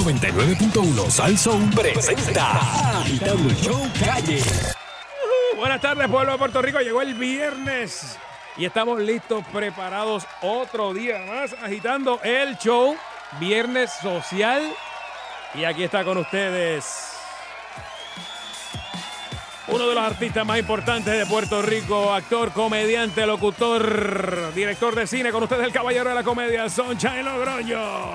99.1 Sal Soul presenta Agitando el Show Calle. Buenas tardes, pueblo de Puerto Rico. Llegó el viernes y estamos listos, preparados otro día más, agitando el show Viernes Social. Y aquí está con ustedes uno de los artistas más importantes de Puerto Rico, actor, comediante, locutor, director de cine. Con ustedes el caballero de la comedia, Sunshine Logroño.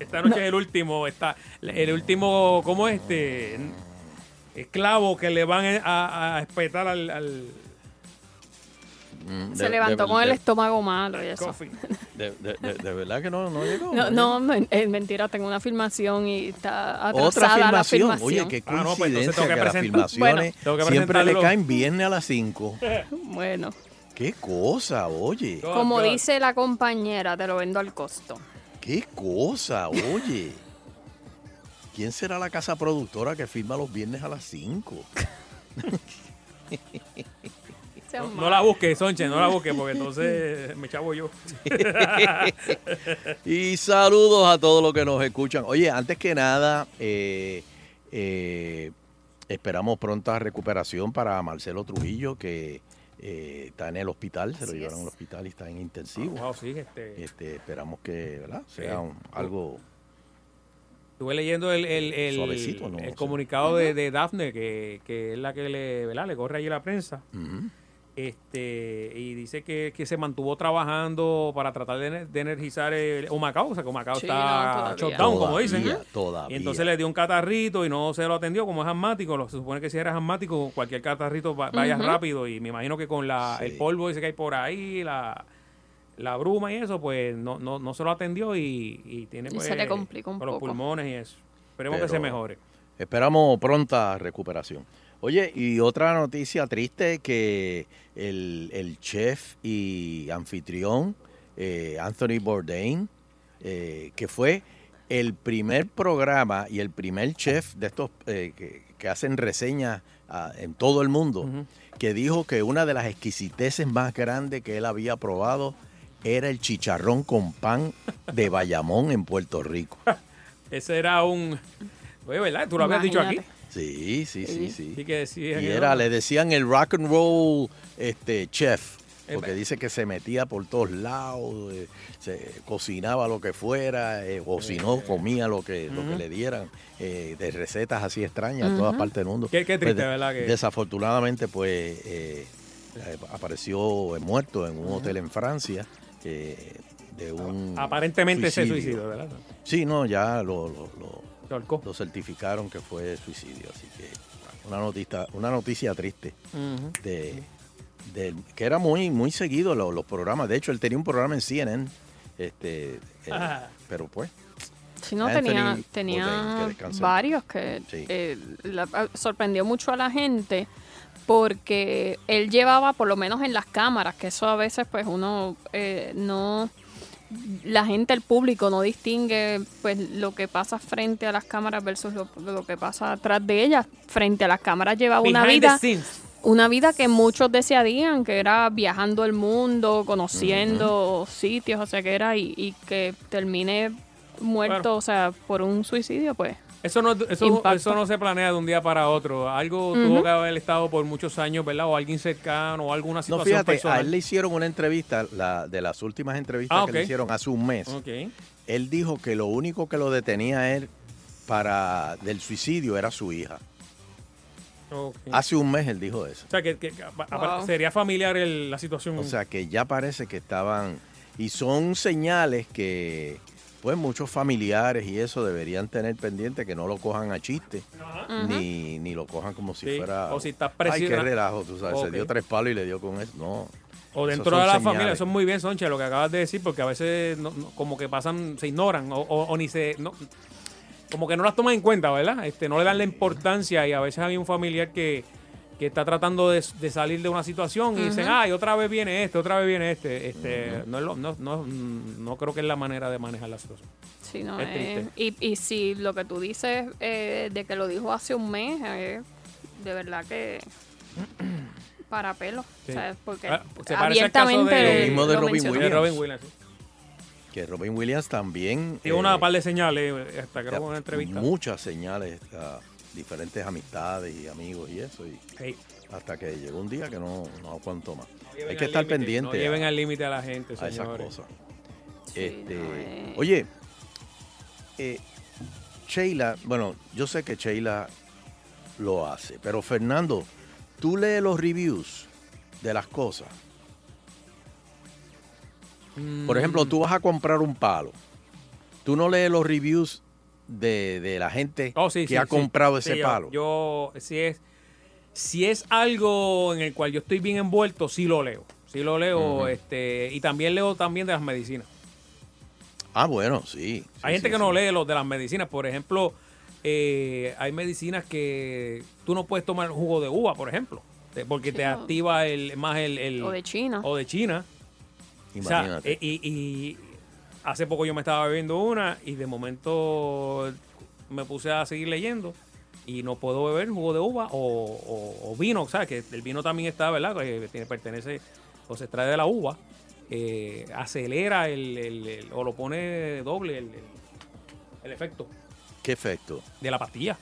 Esta noche es el último, está, el último, ¿cómo es este? Esclavo que le van a, a espetar al, al Mm, Se de- levantó de- con el de- estómago malo y eso. coffee. De, de- de- de verdad que no, no llegó. No, llegó. no, men- eh, mentira, tengo una filmación y está atrasada Otra filmación. la Oye, filmación. qué Ah, no, pues coincidencia entonces tengo que que, las presentar- filmaciones Bueno. Tengo que siempre le presentarlo. caen viernes a las 5. Bueno, Qué cosa, oye. God, como God. dice la compañera, te lo vendo al costo. Qué cosa, oye. ¿Quién será la casa productora que firma los viernes a las 5? Sean No, no malos. la busques, Sonche, no la busques, porque entonces me chavo yo. Y saludos a todos los que nos escuchan. Oye, antes que nada, eh, eh, esperamos pronta recuperación para Marcelo Trujillo, que eh, está en el hospital, se lo Así llevaron es. al hospital y está en intensivo. Wow, sí, este, Este, esperamos que ¿verdad? Sí. sea un- algo... estuve leyendo el, el, el- Suavecito, ¿no? el O sea. comunicado de, de Dafne, que, que es la que le, ¿verdad? le corre allí la prensa. Ujú. Este, y dice que, que se mantuvo trabajando para tratar de, ener- de energizar el Humacao, o sea que Humacao Sí, está no, todavía. shutdown, como dicen. ¿eh? Todavía, todavía. Y entonces le dio un catarrito y no se lo atendió, como es asmático, lo- se supone que si eres asmático, cualquier catarrito va- vayas rápido y me imagino que con la, Sí. el polvo dice que hay por ahí, la, la bruma y eso, pues no, no, no se lo atendió y, y tiene Y pues, se le complica un con los poco. pulmones y eso. Esperemos que Pero- se mejore. Esperamos pronta recuperación. Oye, y otra noticia triste que el, el chef y anfitrión eh, Anthony Bourdain, eh, que fue el primer programa y el primer chef de estos eh, que, que hacen reseñas ah, en todo el mundo, Ujú. que dijo que una de las exquisiteces más grandes que él había probado era el chicharrón con pan de Bayamón en Puerto Rico. Ese era un... Oye, ¿verdad? Tú lo habías dicho Imagínate. aquí. Sí, sí, Sí. sí, sí. Sí que decía Y que era, no. le decían el rock and roll este, chef, porque Epa. dice que se metía por todos lados, eh, se cocinaba lo que fuera, eh, o si no, comía lo que, lo que le dieran, eh, de recetas así extrañas en todas partes del mundo. Qué- qué triste, Pues, de- ¿verdad? que- Desafortunadamente, pues, eh, eh, apareció muerto en un hotel en Francia. eh, de un aparentemente se suicidó, ¿verdad? Sí, no, ya lo- lo- lo, Se ahorcó. lo certificaron que fue suicidio, así que una noticia, una noticia triste Ujú. de, del- que era muy muy seguido lo- los programas. De hecho, él tenía un programa en CNN, este, eh, Ah. pero pues Sí, no, Anthony tenía, Bourdain, que tenía descanse. varios que Sí. eh, la- ah, sorprendió mucho a la gente porque él llevaba, por lo menos en las cámaras, que eso a veces pues uno eh, no, la gente, el público no distingue pues lo que pasa frente a las cámaras versus lo, lo que pasa atrás de ellas. Frente a las cámaras llevaba una Behind the vida scenes. una vida que muchos desearían, que era viajando el mundo, conociendo sitios, o sea, que era, y, y que termine muerto, Claro. o sea, por un suicidio, pues. Eso no, eso, Impacta. eso no se planea de un día para otro. Algo tuvo que haber estado por muchos años, ¿verdad? O alguien cercano, o alguna no situación fíjate, a él personal. le hicieron una entrevista, la de las últimas entrevistas Ah, que ok. le hicieron hace un mes. Ok. Él dijo que lo único que lo detenía a él para del suicidio era su hija. ok. Hace un mes él dijo eso. o sea, que, que- que apa- apa- Wow. sería familiar el- la situación. O sea que ya parece que estaban. Y son señales que, pues muchos familiares y eso deberían tener pendiente que no lo cojan a chiste, ni, ni lo cojan como si Sí, fuera... o si estás Ay, qué presiona- relajo, tú sabes, Ok. se dio tres palos y le dio con eso. No. O Esos dentro son de la señales. familia, eso es muy bien, Sonche, lo que acabas de decir, porque a veces no- no- como que pasan, se ignoran o, o- o ni se... no- como que no las toman en cuenta, ¿verdad? Este, no le dan la importancia y a veces hay un familiar que, que está tratando de, de salir de una situación y dicen, ay, otra vez viene este, otra vez viene este. este no, es lo- no, no, no creo que es la manera de manejar la situación. Sí, no, Es eh, y, y si lo que tú dices eh, de que lo dijo hace un mes, eh, de verdad que para pelo. Sí. O sea, porque Ah, se parece al caso abiertamente de- Lo mismo de lo Robin mencionó. De Williams. Robin Williams. sí. Que Robin Williams también... Dio una eh, par de señales, hasta creo que en una entrevista. muchas señales a diferentes amistades y amigos y eso. Y Ey, hasta que llegó un día que no, no aguantó más. no lleven Hay que al estar límite, pendiente No lleven a, al límite a la gente, a esas señores. cosas. Sí, eh. Este, no, eh, Oye, eh, Sheila, bueno, yo sé que Sheila lo hace, pero Fernando, tú lees los reviews de las cosas. Por Mm. ejemplo, tú vas a comprar un palo. Tú no lees los reviews de, de la gente Oh, sí, que sí, ha sí. comprado Sí, ese yo- palo. Yo, si es, si es algo en el cual yo estoy bien envuelto, sí lo leo. Sí lo leo, este, y también leo también de las medicinas. Ah, bueno, sí. sí, hay gente sí, que sí. no lee los de las medicinas. Por ejemplo, eh, hay medicinas que tú no puedes tomar jugo de uva, por ejemplo. te- Porque Sí, te o- activa el, más el, el- o de China. O de China. O sea, Imagínate. eh, y, y hace poco yo me estaba bebiendo una y de momento me puse a seguir leyendo y no puedo beber jugo de uva o, o- o vino, o sea, que el vino también está, ¿verdad? Que eh, tiene- pertenece o se extrae de la uva, eh, acelera el, el- el- o lo pone doble el, el- el efecto ¿Qué efecto? de la pastilla.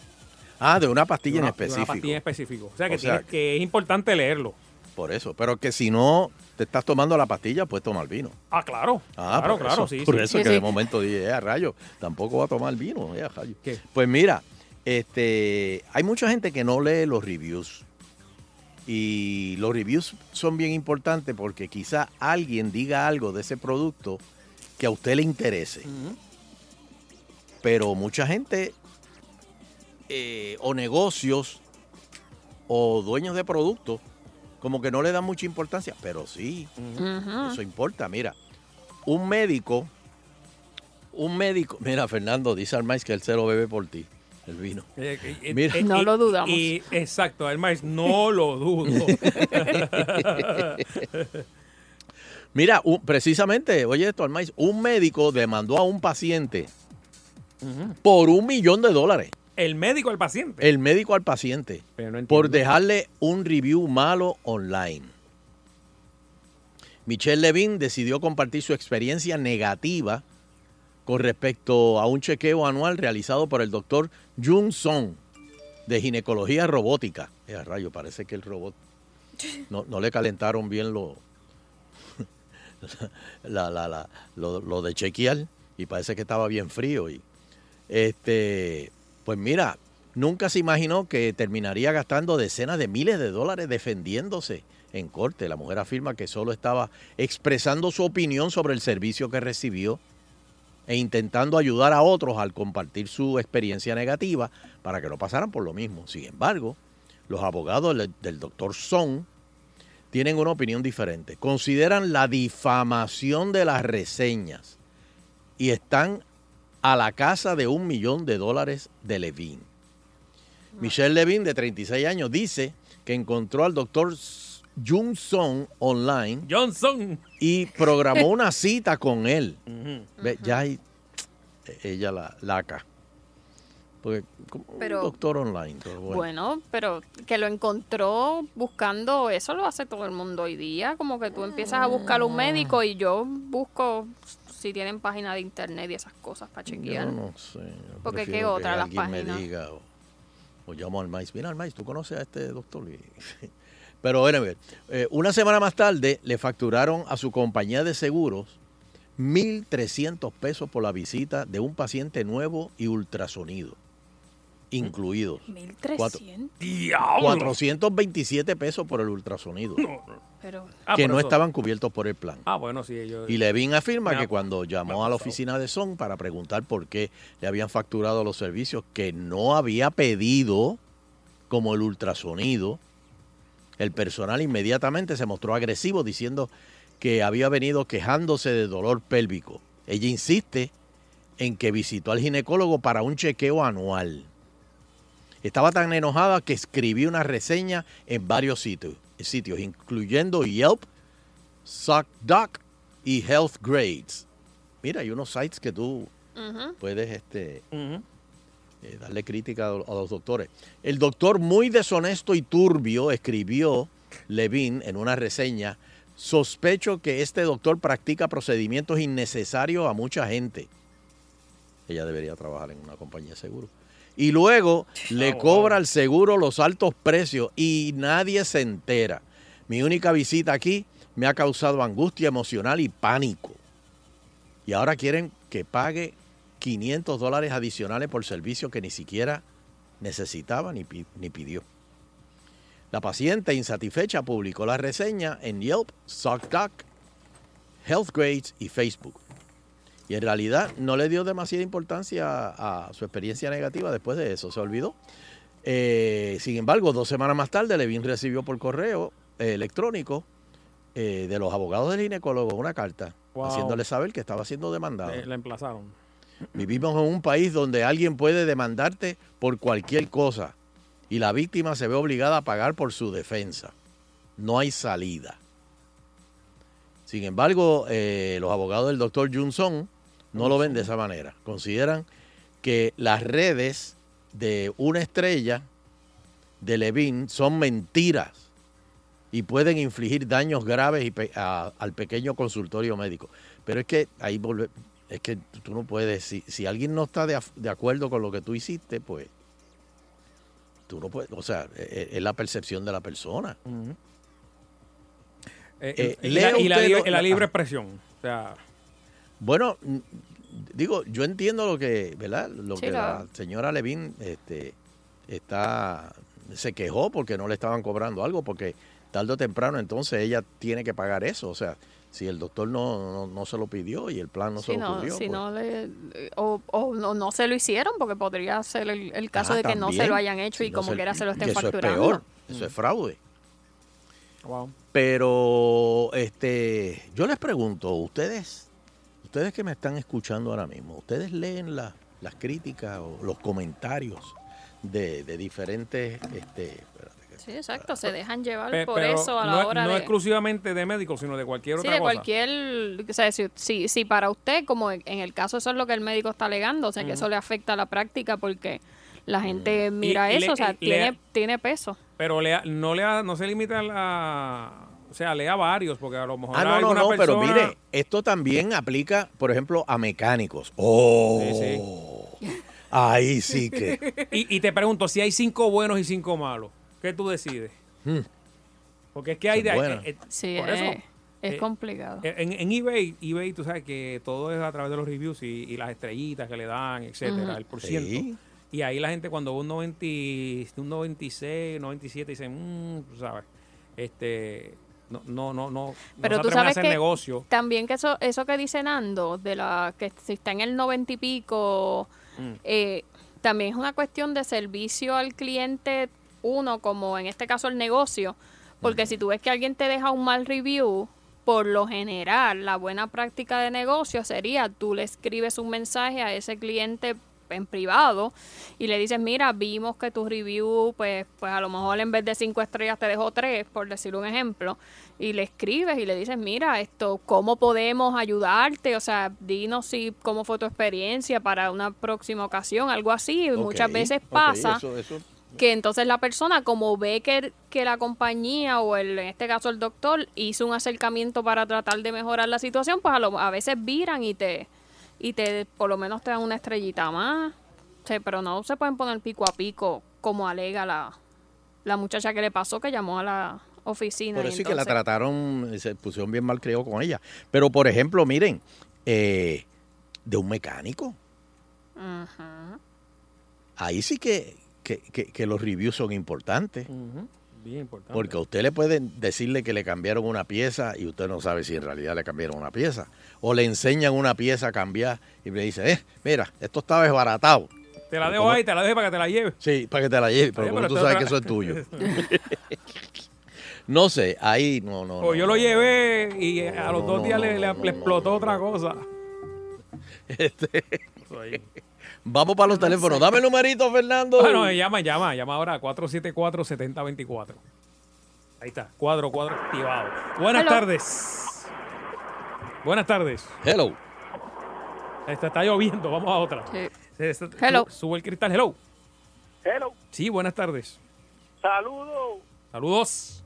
Ah, de una pastilla De una- en de una específico. pastilla en específico. O sea, que, O sea, tienes- que es importante leerlo. Por eso. Pero que si no te estás tomando la pastilla, puedes tomar vino. Ah, claro. Ah, claro, por claro, eso, sí. Por sí. eso Sí, que sí. de momento dije, eh, rayo, tampoco va a tomar vino, eh, rayo". ¿Qué? Pues mira, este, hay mucha gente que no lee los reviews. Y los reviews son bien importantes porque quizá alguien diga algo de ese producto que a usted le interese. Ujú. Pero mucha gente eh, o negocios o dueños de productos como que no le dan mucha importancia, pero sí, ujú. eso importa, mira. Un médico, un médico, mira Fernando, dice al maíz que él se lo bebe por ti, el vino. Eh, eh, Mira. eh, No y- lo dudamos. y- exacto, además, no lo dudo. Mira, un- precisamente, oye esto al maíz, un médico demandó a un paciente por un millón de dólares, El médico al paciente. el médico al paciente, Pero no por entiendo. dejarle un review malo online. Michelle Levin decidió compartir su experiencia negativa con respecto a un chequeo anual realizado por el doctor Jung Song de ginecología robótica. Eh, a rayo, parece que el robot no, no le calentaron bien lo, la- la- la- lo, lo de chequear y parece que estaba bien frío. Y, este, pues mira, nunca se imaginó que terminaría gastando decenas de miles de dólares defendiéndose en corte. La mujer afirma que solo estaba expresando su opinión sobre el servicio que recibió e intentando ayudar a otros al compartir su experiencia negativa para que no pasaran por lo mismo. Sin embargo, los abogados le- del doctor Son tienen una opinión diferente. Consideran la difamación de las reseñas y están a la casa de un millón de dólares de Levin. Michelle Levin, de 36 años, dice que encontró al doctor Jung Song online Johnson. y programó una cita con él. Ve, Ya hay, eh, ella la laca. Porque como un Pero- doctor online. pero bueno. Bueno, pero que lo encontró buscando, eso lo hace todo el mundo hoy día, como que tú empiezas a buscar un médico y yo busco si tienen página de internet y esas cosas para yo chequear. no sé. yo Porque, ¿qué prefiero que otra? Las alguien páginas. me diga o, o llamo al maíz. Mira al maíz, tú conoces a este doctor. Y- Pero bueno, eh, una semana más tarde le facturaron a su compañía de seguros 1.300 pesos por la visita de un paciente nuevo y ultrasonido. incluidos. 1300. ¡Diablo! 427 pesos por el ultrasonido, Pero Ah, que pero no eso- estaban cubiertos por el plan. Ah, bueno, sí, ellos. Y Levin afirma Ya, que cuando llamó a la por favor. oficina de Son para preguntar por qué le habían facturado los servicios que no había pedido, como el ultrasonido, el personal inmediatamente se mostró agresivo diciendo que había venido quejándose de dolor pélvico. Ella insiste en que visitó al ginecólogo para un chequeo anual. Estaba tan enojada que escribió una reseña en varios sitios, sitios incluyendo Yelp, SuckDuck y Health Grades. Mira, hay unos sites que tú ujú, puedes este, Ujú. eh, darle crítica a, a los doctores. El doctor muy deshonesto y turbio escribió Levin en una reseña, sospecho que este doctor practica procedimientos innecesarios a mucha gente. Ella debería trabajar en una compañía de seguro. Y luego le wow. cobra al seguro los altos precios y nadie se entera. Mi única visita aquí me ha causado angustia emocional y pánico. Y ahora quieren que pague 500 dólares adicionales por servicio que ni siquiera necesitaba ni, pi- ni pidió. La paciente insatisfecha publicó la reseña en Yelp, SuckDuck, HealthGrades y Facebook. Y en realidad no le dio demasiada importancia a, a su experiencia negativa después de eso, se olvidó. Eh, sin embargo, dos semanas más tarde, Levin recibió por correo eh, electrónico eh, de los abogados del ginecólogo una carta Wow. haciéndole saber que estaba siendo demandado. Eh, La emplazaron. Vivimos en un país donde alguien puede demandarte por cualquier cosa y la víctima se ve obligada a pagar por su defensa. No hay salida. Sin embargo, eh, los abogados del doctor Jun Song no lo ven de esa manera. Consideran que las redes de una estrella de Levin son mentiras y pueden infligir daños graves y pe- a- al pequeño consultorio médico. Pero es que ahí volve- es que tú no puedes, si, si alguien no está de, af- de acuerdo con lo que tú hiciste, pues tú no puedes, o sea, e- e- es la percepción de la persona. Eh, Eh, y la, lea y la usted libre, lo- la libre ah. expresión. O sea, Bueno, mm, digo, yo entiendo lo que, ¿verdad? Lo Sí, que la- la señora Levin este, está, se quejó porque no le estaban cobrando algo, porque tarde o temprano entonces ella tiene que pagar eso. O sea, si el doctor no, no, no se lo pidió y el plan no si se lo no, cubrió. si pues, no le, o, o no, no se lo hicieron, porque podría ser el, el caso ah, de que no se también, lo hayan hecho si y no como se- quiera se lo estén que eso facturando. Mm. Es peor, eso es fraude. wow. Pero este, yo les pregunto, ustedes, ustedes que me están escuchando ahora mismo, ustedes leen la- las críticas o los comentarios de, de diferentes, este, espérate que- Sí, exacto, se dejan llevar Pe- por pero eso a la no, hora no de... exclusivamente de médicos, sino de cualquier Sí, otra de cosa. cualquier, o sea, si, si, si para usted, como en en el caso eso es lo que el médico está alegando, o sea, que eso le afecta a la práctica porque la gente mira Mm. Y- y eso, le- o sea, y le- tiene, tiene peso. Pero lea- no, lea, no se limita a la. O sea, lea varios, porque a lo mejor. Ah, no, no, alguna no, pero persona- mire, esto también aplica, por ejemplo, a mecánicos. ¡Oh! Ahí sí que... Y, y te pregunto, si hay cinco buenos y cinco malos, ¿qué tú decides? Hmm. Porque es que hay Son de... buenas. eh, eh, Sí, por es, eso, es eh, complicado. en, en eBay, eBay, tú sabes que todo es a través de los reviews y, y las estrellitas que le dan, etcétera, el por ciento. Sí. Y ahí la gente cuando ve un, 90, y- un 96, 97, dicen, mmm, tú sabes, este, no, no, no, no, Pero no tú se atreven a sabes hacer que- negocio. También que eso, eso que dice Nando, de la que si está en el noventa y pico, Mm. eh, también es una cuestión de servicio al cliente, uno, como en este caso el negocio, porque si tú ves que alguien te deja un mal review, por lo general, la buena práctica de negocio sería tú le escribes un mensaje a ese cliente en privado y le dices, mira, vimos que tu review, pues, pues a lo mejor en vez de cinco estrellas te dejó tres, por decir un ejemplo, y le escribes y le dices, mira, esto, ¿cómo podemos ayudarte? O sea, dinos si, cómo fue tu experiencia para una próxima ocasión, algo así. Y Pues Muchas Ok, veces ok, pasa eso- eso- que entonces la persona, como ve que, que la compañía o el, en este caso el doctor hizo un acercamiento para tratar de mejorar la situación, pues a, lo- a veces viran y te, y te, por lo menos te dan una estrellita más. Sí, pero no se pueden poner pico a pico, como alega la, la muchacha que le pasó que llamó a la oficina. Por y eso es que la entonces- trataron, se pusieron bien mal criado con ella. Pero, por ejemplo, miren, eh, de un mecánico, Ajá. ahí sí que, que, que- que los reviews son importantes. Mm, Bien importante. Porque a usted le pueden decirle que le cambiaron una pieza y usted no sabe si en realidad le cambiaron una pieza. O le enseñan una pieza a cambiar y le dicen, eh, mira, esto está desbaratado. te la dejo ¿Cómo? ahí, te la dejo para que te la lleves. Sí, para que te la lleve, pero Oye, como pero tú está sabes que otra- eso es tuyo. no sé, ahí no, no. O Pues yo no, lo llevé y eh, a no, los dos no, días le, no, le- no, le no, explotó otra cosa. Este, Eso ahí. vamos para los teléfonos. Dame el numerito, Fernando. Ah, no, llama, llama, llama ahora 474-7024. Ahí está, cuadro, cuadro activado. Buenas Hello. tardes. Buenas tardes. Hello. Está, está lloviendo, vamos a otra. Sí. Se- se- Hello. su- Sube el cristal, hello. Hello, Sí, buenas tardes. saludos. Saludos.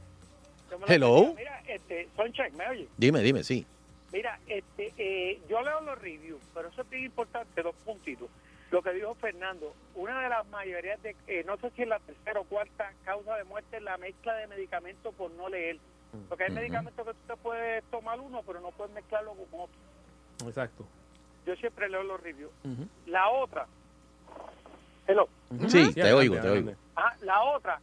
Yo me lo Hello. tenía. Mira, este, Soncheck, ¿me oye? Dime, dime, sí. Mira, este, eh, yo leo los reviews, pero eso es bien importante, dos puntitos. Lo que dijo Fernando, una de las mayorías de, eh, no sé si es la tercera o cuarta causa de muerte es la mezcla de medicamentos por no leer. Porque hay Ujú. medicamentos que tú te puedes tomar uno, pero no puedes mezclarlo con otro. Exacto. Yo siempre leo los reviews. La otra, hello. Sí, Sí, te adelante, oigo, te adelante. oigo. Ah, la otra,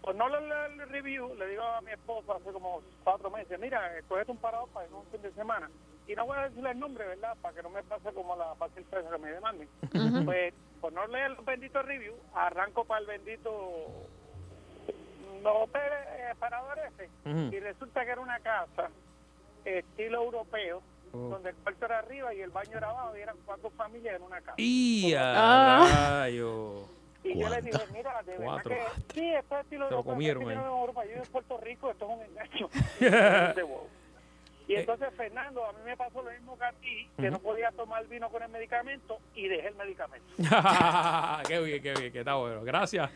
pues no le leo el review, le digo a mi esposa hace como cuatro meses, mira, eh, cógete un parado para ir un fin de semana. Y no voy a decirle el nombre, ¿verdad? Para que no me pase como la parte empresa que me demanden. Pues por no leer los benditos reviews, arranco para el bendito no pe- eh, parador ese. Ujú. Y resulta que era una casa estilo europeo, donde el cuarto era arriba y el baño era abajo, y eran cuatro familias en una casa. Y Ah. a rayo. Y yo le ¿Cuánta? dije, mira, de verdad Cuatro. que sí, esto es estilo Se lo europeo, comieron estilo ahí. de Europa, yo en Puerto Rico, esto es un engaño. De bobo. y Eh. entonces, Fernando, a mí me pasó lo mismo que a ti, que no podía tomar vino con el medicamento y dejé el medicamento. qué bien, qué bien, que está bueno. Gracias.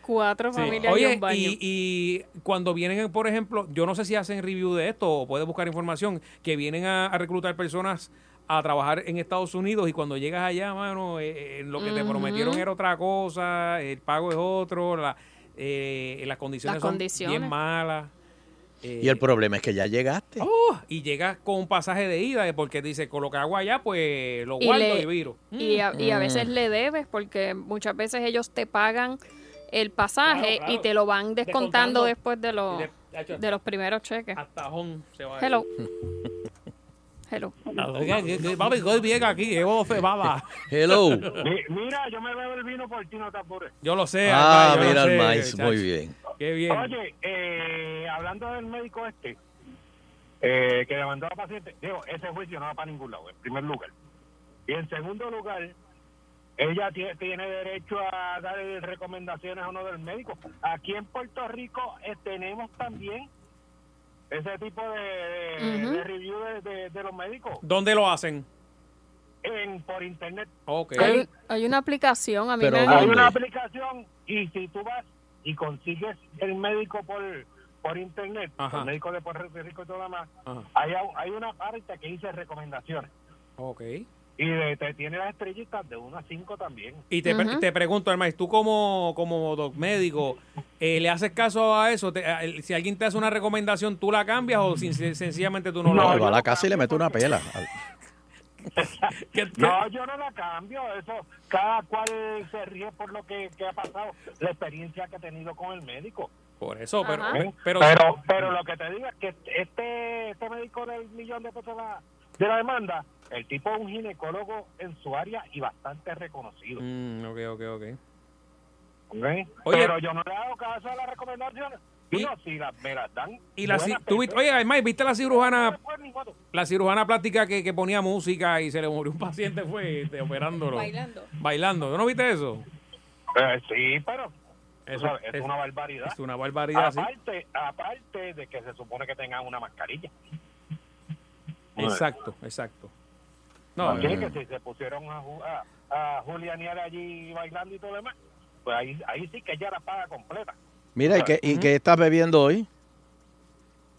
Cuatro Sí. familias y Oye, un baño. y, y cuando vienen, por ejemplo, yo no sé si hacen review de esto o puedes buscar información, que vienen a, a reclutar personas a trabajar en Estados Unidos y cuando llegas allá, mano, eh, eh, lo que te prometieron era otra cosa, el pago es otro, la- eh, las condiciones Las son condiciones. bien malas. Y el problema es que ya llegaste. ¡Oh! y llegas con un pasaje de ida eh, porque te dice, con lo que hago allá, pues lo Y guardo y, le- viro. Mm. Y a, y a veces le debes porque muchas veces ellos te pagan el pasaje Claro, claro. y te lo van descontando Descontando. después de los, Y de- de los primeros cheques. Hasta home se va. Hello. Hello. Oiga, que- que- Papi, hoy llega aquí, llevo fe, baba. Hello. Mira, yo me bebo el vino por ti, no te apures. Yo lo sé. Ah, Alba, yo mira lo el sé, maíz, chacho. muy bien. Qué bien. Oye, eh, hablando del médico este, eh, que demandó a paciente, digo, ese juicio no va para ningún lado, en primer lugar. Y en segundo lugar, ella tie- tiene derecho a dar recomendaciones a uno del médico. Aquí en Puerto Rico eh, tenemos también ese tipo de, de- Ujú. de review de, de- de los médicos ¿Dónde lo hacen? en, por internet. Ok. Hay, hay una aplicación, a mí Pero me han- Hay ¿Dónde? una aplicación y si tú vas y consigues el médico por por internet, Ajá. el médico de Puerto Rico y todo lo demás, Ajá. hay, au- hay una parte que dice recomendaciones Ok. y de- te tiene las estrellitas de 1 a 5 también. Y te, pre- te pregunto, Hermes, tú como, como doc médico, eh, ¿le haces caso a eso? Te- a- el- si alguien te hace una recomendación, ¿tú la cambias o sin- sen- sencillamente tú No, no, la No, va yo a la no casa y le mete cambio una porque- pela. ¿Qué- qué- No, yo no la cambio, eso cada cual se ríe por lo que, que ha pasado, la experiencia que ha tenido con el médico. Por eso, pero, Ajá. ¿eh? pero, Pero, pero lo que te digo es que este este médico del millón de pesos de la- de la demanda, el tipo es un ginecólogo en su área y bastante reconocido. Mm, ok, ok, ok. ¿ok? Oye. Pero yo no le hago caso a las recomendaciones. Y- Digo, si las, me las dan. Y la, ci- buenas tú viste- personas, oye, Hermes, ¿viste la no cirujana me pueden ni modo. la cirujana plástica que, que ponía música y se le murió un paciente fue este, operándolo? Bailando. Bailando. ¿No viste eso? Eh, sí, pero Eso- tú sabes, es, es- una barbaridad. Es una Ah, barbaridad, sí. aparte, aparte de que se supone que tengan una mascarilla. Exacto, exacto. No, eh, Así que si se pusieron a, ju- a, a julianear allí bailando y todo lo demás, pues ahí, ahí sí que ya la paga completa. Mira, ¿y qué, Ah, y ¿eh? qué estás bebiendo hoy?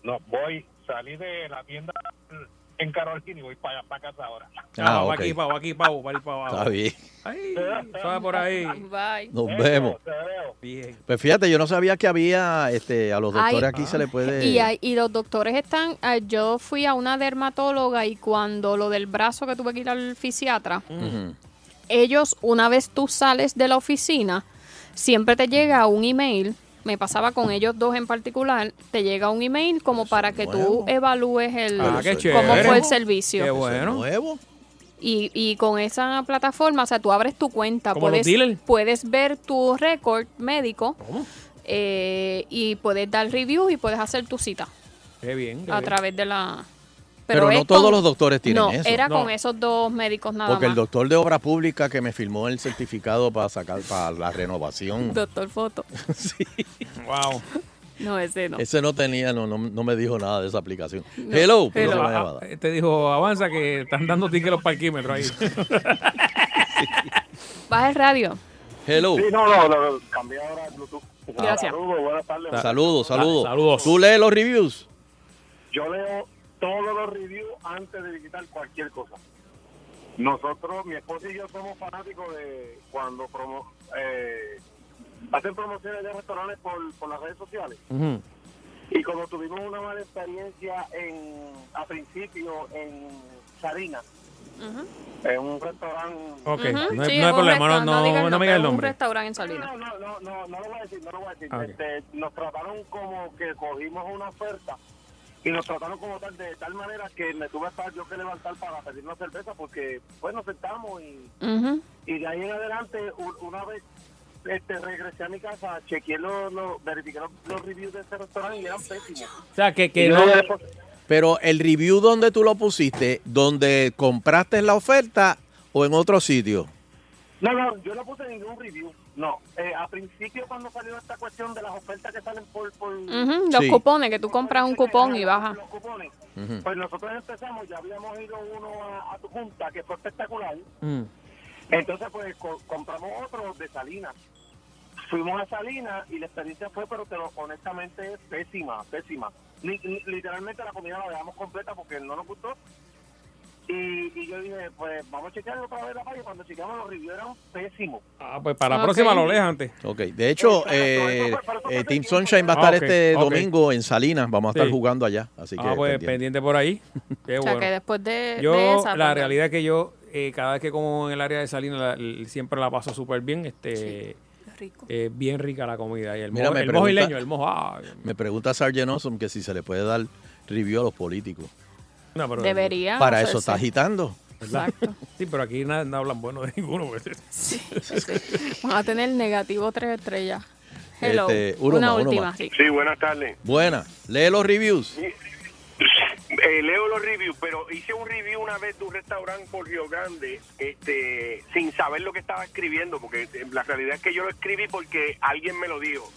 No, voy, salí de la tienda en Carolina y voy para, para casa ahora. Ah, Ah, va ok. aquí, pa, va aquí, pavo, va aquí, pa' abajo. Está bien. Ay, estaba por ahí. Bye. Nos Eso, vemos. te veo. Bien. Pues fíjate, yo no sabía que había este, a los Ay, doctores aquí se le puede. Y, hay- y los doctores están, ah, yo fui a una dermatóloga y cuando lo del brazo que Mm. tuve que ir al fisiatra, Ujú. ellos una vez tú sales de la oficina, siempre te llega un email, me pasaba con ellos dos en particular, te llega un email como para que tú nuevo. evalúes el, Ah, qué cómo chévere. fue el Qué servicio. bueno. Nuevo. Y, y con esa plataforma, o sea, tú abres tu cuenta, Como los puedes, dealers. puedes ver tu récord médico ¿Cómo? eh, y puedes dar reviews y puedes hacer tu cita Qué bien. qué a bien. través de la... Pero no es todos los doctores tienen no, eso. era No. con esos dos médicos nada Porque el más. doctor de obra pública que me firmó el certificado para sacar para la renovación, Doctor Foto. Wow. No, ese no. ese no tenía, no, no, no me dijo nada de esa aplicación. Hello, Hello. próxima Ah, llamada. ah, te dijo, avanza que están dando tickets los parquímetros ahí. Baja el radio. Hello. Sí, no, no, no, cambié ahora el Bluetooth. Gracias. Saludos, buenas tardes. Saludos, saludos. Ah, saludos. ¿Tú lees los reviews? Yo leo todos los reviews antes de quitar cualquier cosa. Nosotros, mi esposa y yo somos fanáticos de cuando promo, eh, hacen promociones de restaurantes por, por las redes sociales. Y como tuvimos una mala experiencia en, a principio en Sarina, en un restaurante... Ok, Ujú, no hay, sí, no hay un problema, no, restaurante, no, diga no me digas el pero un nombre. restaurante en No, Salinas. no, no, no, no lo voy a decir, no lo voy a decir. Ah, ok. Este, nos trataron como que cogimos una oferta y nos trataron como tal, de tal manera que me tuve hasta yo que levantar para pedir una cerveza porque, pues, nos sentamos y, Ujú. y de ahí en adelante, u- una vez este, regresé a mi casa, chequeé los, los, verifiqué los, los reviews de ese restaurante y eran pésimos. O sea, que, que Y no... yo le puse- Pero el review donde tú lo pusiste, donde compraste la oferta o en otro sitio. No, no, yo no puse ningún review. No, eh, a principio cuando salió esta cuestión de las ofertas que salen por... por Ujú, Los Sí. cupones, que tú compras un cupón y baja. Los cupones. Ujú. Pues nosotros empezamos, ya habíamos ido uno a, a tu junta, que fue espectacular. Mm. Entonces, pues co- compramos otro de Salinas. Fuimos a Salinas y la experiencia fue, pero te lo- honestamente, pésima, pésima. Ni- ni- literalmente la comida la dejamos completa porque no nos gustó. Y, y yo dije, pues vamos a chequear otra vez la calle. Cuando chequeamos los reviews eran pésimos. Ah, pues para la Ok. próxima lo lees antes. Ok, de hecho, Exacto, eh, eso fue- pero eso fue eh, hace Team tiempo Sunshine va a ya. estar Ah, ok, este ok. domingo en Salinas, vamos a estar Sí. jugando allá, así que Ah, pues pendiente. pendiente por ahí. Qué O sea, bueno. que después de, Yo, de esa... la pues, realidad es que yo, eh, cada vez que como en el área de Salinas, la- l- siempre la paso súper bien. Este, rico. eh, bien rica la comida. Y el, Mira, mojo, me el mojo pregunta- isleño, el mojo. ah, Me pregunta Sargent Awesome que si se le puede dar review a los políticos. no, pero- Debería. Para no sé, eso está sí. agitando. ¿verdad? Exacto. Sí, pero aquí na- no hablan bueno de ninguno. pues. Sí, sí. Vamos a tener negativo tres estrellas. Hello. Este, uno Una más, uno última, más. sí. Sí, buenas tardes. Buena, lee los reviews. Eh, leo los reviews, pero hice un review una vez de un restaurante por Río Grande este, sin saber lo que estaba escribiendo, porque eh, la realidad es que yo lo escribí porque alguien me lo dijo,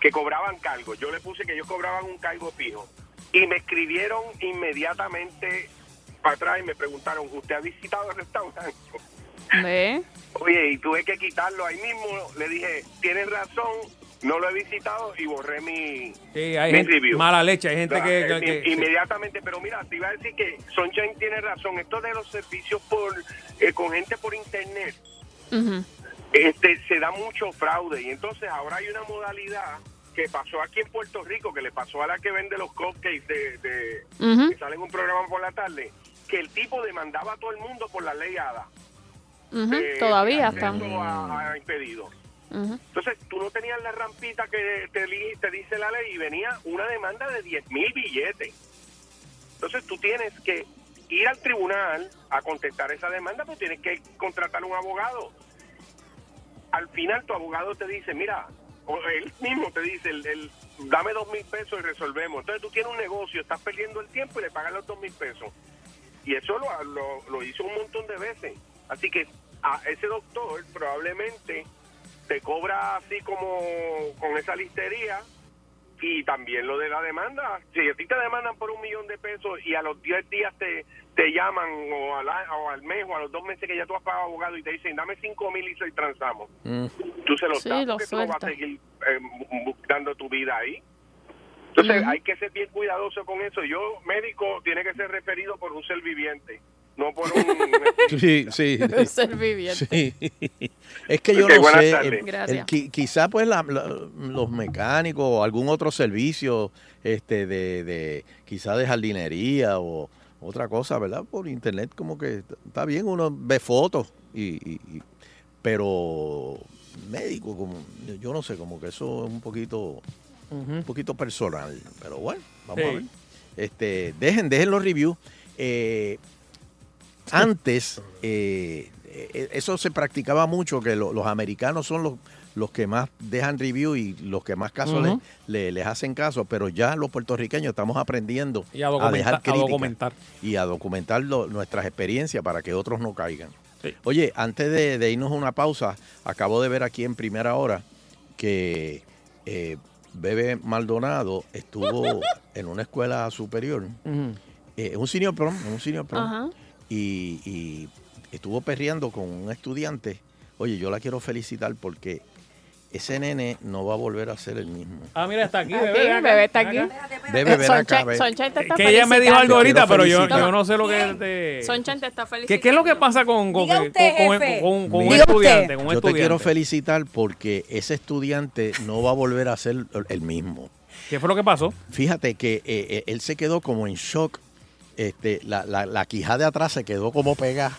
que cobraban cargo. Yo le puse que ellos cobraban un cargo fijo. Y me escribieron inmediatamente para atrás y me preguntaron, ¿usted ha visitado el restaurante? ¿Ve? Oye, y tuve que quitarlo ahí mismo. Le dije, tienes razón, no lo he visitado y borré mi, Sí, hay mi gente- review. mala leche, hay gente Ah, que... que- eh, que- inmediatamente, pero mira, te iba a decir que Sunshine tiene razón. Esto de los servicios por eh, con gente por internet, Ujú. este, se da mucho fraude. Y entonces ahora hay una modalidad que pasó aquí en Puerto Rico, que le pasó a la que vende los cupcakes de, de- Ujú. que sale en un programa por la tarde, que el tipo demandaba a todo el mundo por la ley ADA. Ujú. eh, Este, Todavía acceso está. A, a impedido. Ujú. Entonces, tú no tenías la rampita que te, li- te dice la ley y venía una demanda de 10 mil billetes. Entonces, tú tienes que ir al tribunal a contestar esa demanda, pero tienes que contratar un abogado. Al final, tu abogado te dice, mira, o él mismo te dice, el, el, dame dos mil pesos y resolvemos. Entonces, tú tienes un negocio, estás perdiendo el tiempo y le pagas los dos mil pesos. Y eso lo, lo, lo hizo un montón de veces. Así que a ese doctor probablemente te cobra así como con esa listería y también lo de la demanda. Si a ti te demandan por un millón de pesos y a los 10 días te, te llaman o al, a- o al mes o a los dos meses que ya tú has pagado abogado y te dicen dame 5 mil y se transamos. Mm. Tú se los Sí, das lo porque tú no vas suelta. a seguir eh, bu- bu- dando tu vida ahí. Entonces Ujú. hay que ser bien cuidadoso con eso. Yo, médico, tiene que ser referido por un ser viviente, no por un... Sí, sí. Ser viviente. Sí. Es que yo Ok, no buenas sé. tardes. el- Gracias. el qui- quizá pues la- la- los mecánicos o algún otro servicio este de, de quizá de jardinería o otra cosa, ¿verdad? Por internet como que está bien, uno ve fotos y, y- y- pero médico, como yo no sé, como que eso es un poquito, un poquito personal, pero bueno, vamos Sí. a ver. Este, dejen, dejen los reviews. Eh, antes, eh, eh, eso se practicaba mucho, que lo- los americanos son los, los que más dejan review y los que más casos le- Ujú. le, les hacen caso, pero ya los puertorriqueños estamos aprendiendo Y a a documentar. dejar A, crítica documentar. y a documentar lo- nuestras experiencias para que otros no caigan. Sí. Oye, antes de, de irnos a una pausa, acabo de ver aquí en primera hora que eh, Bebe Maldonado estuvo en una escuela superior, eh, un senior prom, en un senior prom, Ajá. y, y estuvo perreando con un estudiante. Oye, yo la quiero felicitar porque ese nene no va a volver a ser el mismo. Ah, mira, está aquí, Aquí, bebé. ven acá, bebé está ven aquí. acá. Debe ver acá. Soncha- ve. Soncha te está Que ella me dijo felicitando. algo ahorita, Quiero pero yo, felicitar. yo no sé lo que... ¿Quién? te- Sonchan te está ¿Qué, felicitando. qué es lo que pasa con, con, Diga con- usted, con- jefe. con- con un Diga estudiante? usted. Con un Yo te quiero estudiante? felicitar porque ese estudiante no va a volver a ser el mismo. ¿Qué fue lo que pasó? Fíjate que eh, eh, él se quedó como en shock. Este, la, la, la quijada de atrás se quedó como pegada.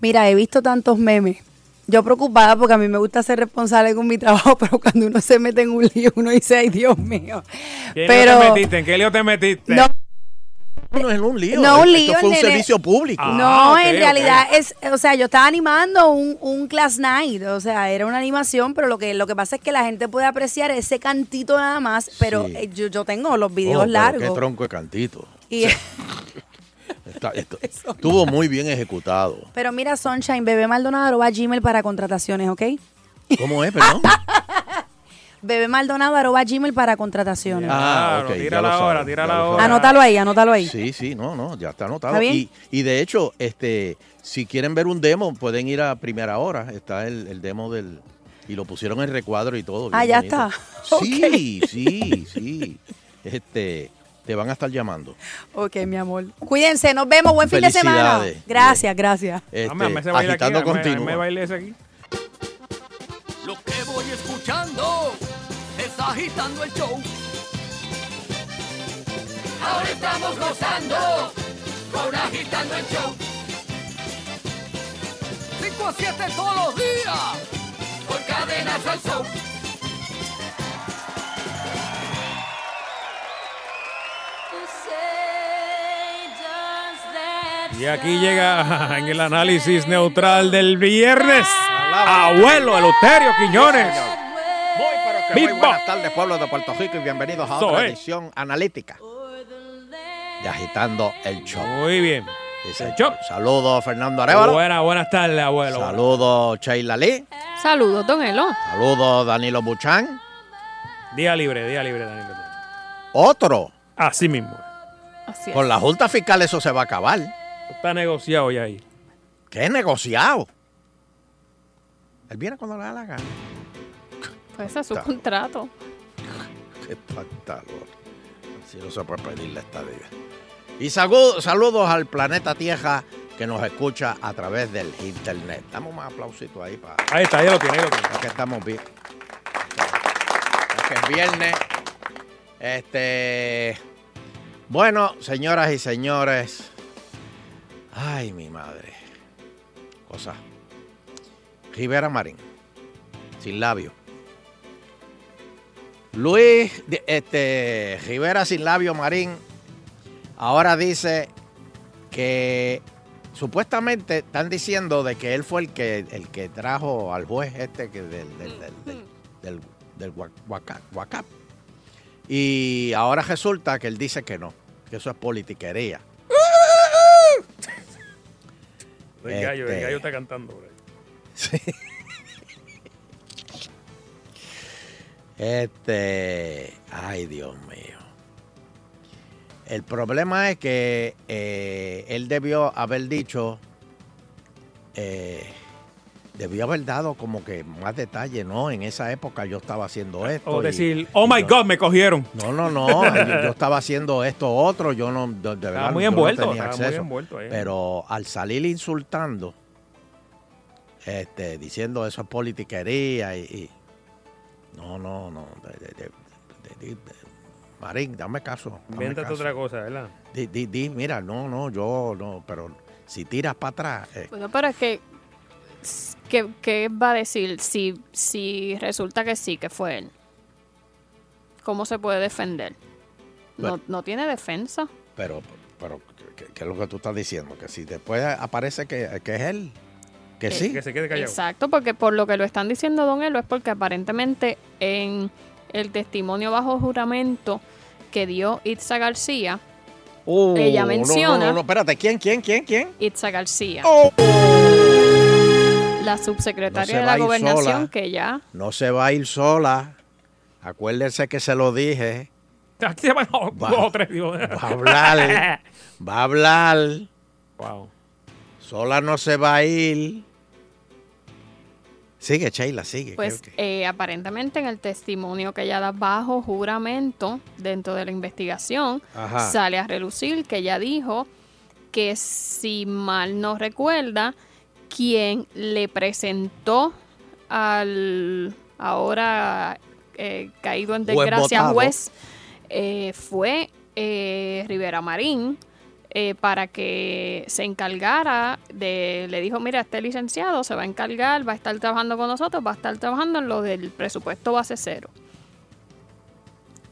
Mira, he visto tantos memes. Yo preocupada porque a mí me gusta ser responsable con mi trabajo, pero cuando uno se mete en un lío, uno dice, ay, Dios mío. ¿Qué Pero lío te metiste? ¿En qué lío te metiste? no, No es un lío. No, un Esto lío, fue un nene. servicio público. Ah, no, ok, en ok. realidad es, o sea, yo estaba animando un, un class night, o sea, era una animación, pero lo que lo que pasa es que la gente puede apreciar ese cantito nada más, pero Sí. eh, yo, yo tengo los Oh, videos pero Qué largos. tronco de cantito. Y- Está- esto- estuvo muy bien ejecutado. pero mira, Sunshine, bebé Maldonado va a Gmail para contrataciones, ¿ok? ¿Cómo es, perdón? Bebé Maldonado arroba Gmail para contrataciones. Claro, Ah, ok, ya tírala lo saben, ahora, ya tírala lo ahora. saben. Anótalo ahí, anótalo ahí. Sí, sí, no, no, ya está anotado. ¿Está bien? Y, y de hecho, este, si quieren ver un demo, pueden ir a primera hora. Está el, el demo del. Y lo pusieron en recuadro y todo. bien Ah, ya bonito. está. Sí, sí, sí. Este, te van a estar llamando. Ok, mi amor. Cuídense, nos vemos. Buen fin de semana. Felicidades. Gracias, gracias. Este, Dame, dame ese baile aquí, agitando dame- dame continúa. baile ese aquí. Lo que voy escuchando es agitando el show. Ahora estamos gozando con agitando el show. 5 a 7 todos los días por cadenas al show. Y aquí llega en el análisis neutral del viernes. Abuelo Eleuterio Quiñones. Voy, pero que Big muy buenas Bob. tardes, pueblo de Puerto Rico, y bienvenidos a Eso otra es. edición analítica de Agitando el Show. Muy bien. Dice, El show. Saludos, Fernando Arevalo. Buenas, buenas tardes, abuelo. Saludos, Sheila Lee. Saludos, don Elo. Saludos, Danilo Buchan. Día libre, día libre, Danilo. Otro. Así mismo. Así es. Con la Junta Fiscal eso se va a acabar. Está negociado ya ahí. ¿Qué negociado? Él viene cuando le da la gana. Pues ese es su contrato. Qué pantalón. Si no se puede pedirle esta vida. Y sagu- saludos al planeta Tierra que nos escucha a través del internet. Damos más aplausito ahí para Ahí está, ya lo tiene, ahí lo tiene. para que estamos bien. Porque es viernes. Este. Bueno, señoras y señores. Ay, mi madre. Cosa. Rivera Marín. Sin labio. Luis de- este, Rivera Sin Labio Marín ahora dice que supuestamente están diciendo de que él fue el que el que trajo al juez este que del del, del, del, del- del gua- guaca- guacap. y ahora resulta que él dice que no que eso es politiquería El gallo, el Este. gallo está cantando. bro. Este, ay Dios mío. El problema es que eh, él debió haber dicho, eh, debió haber dado como que más detalle, ¿no? En esa época yo estaba haciendo esto. O y- decir, oh y my yo- God, me cogieron. No, no, no, yo, yo estaba haciendo esto otro, yo no, de, de verdad, Estaba muy yo no envuelto, tenía estaba muy acceso. envuelto. ahí. Pero al salir insultando, este, diciendo eso es politiquería y, y- no, no, no, de- de- de- de- de- de- Marín, dame caso. dame Invéntate caso. otra cosa, ¿verdad? Di, di- di, mira, no, no, yo no, pero si tiras para atrás, eh, Bueno, pero es que s- ¿Qué, qué va a decir si, si resulta que sí, que fue él? ¿Cómo se puede defender? No, Bueno. no tiene defensa. Pero, pero ¿qué, qué es lo que tú estás diciendo? Que si después aparece que, que es él, que sí. Que se quede callado. Exacto, porque por lo que lo están diciendo Don Elo es porque aparentemente en el testimonio bajo juramento que dio Itza García, Oh, Ella no, No, menciona- no, no, espérate, ¿quién, quién, quién, quién? Itza García, Oh. la No se subsecretaria de va a la ir gobernación, sola. que ya No se va a ir sola. Acuérdense que se lo dije. Aquí se van dos Va. dos o tres, digo. Va a hablar. va a hablar. Wow. Sola no se va a ir. Sigue, Sheila, sigue. Pues que- que- eh, aparentemente en el testimonio que ella da bajo juramento dentro de la investigación Ajá. sale a relucir que ella dijo que si mal no recuerda, quien le presentó al ahora eh, caído en Juez desgracia votado. juez eh, fue eh, Rivera Marín eh, para que se encargara de, le dijo, mira, este licenciado se va a encargar, va a estar trabajando con nosotros, va a estar trabajando en lo del presupuesto base cero.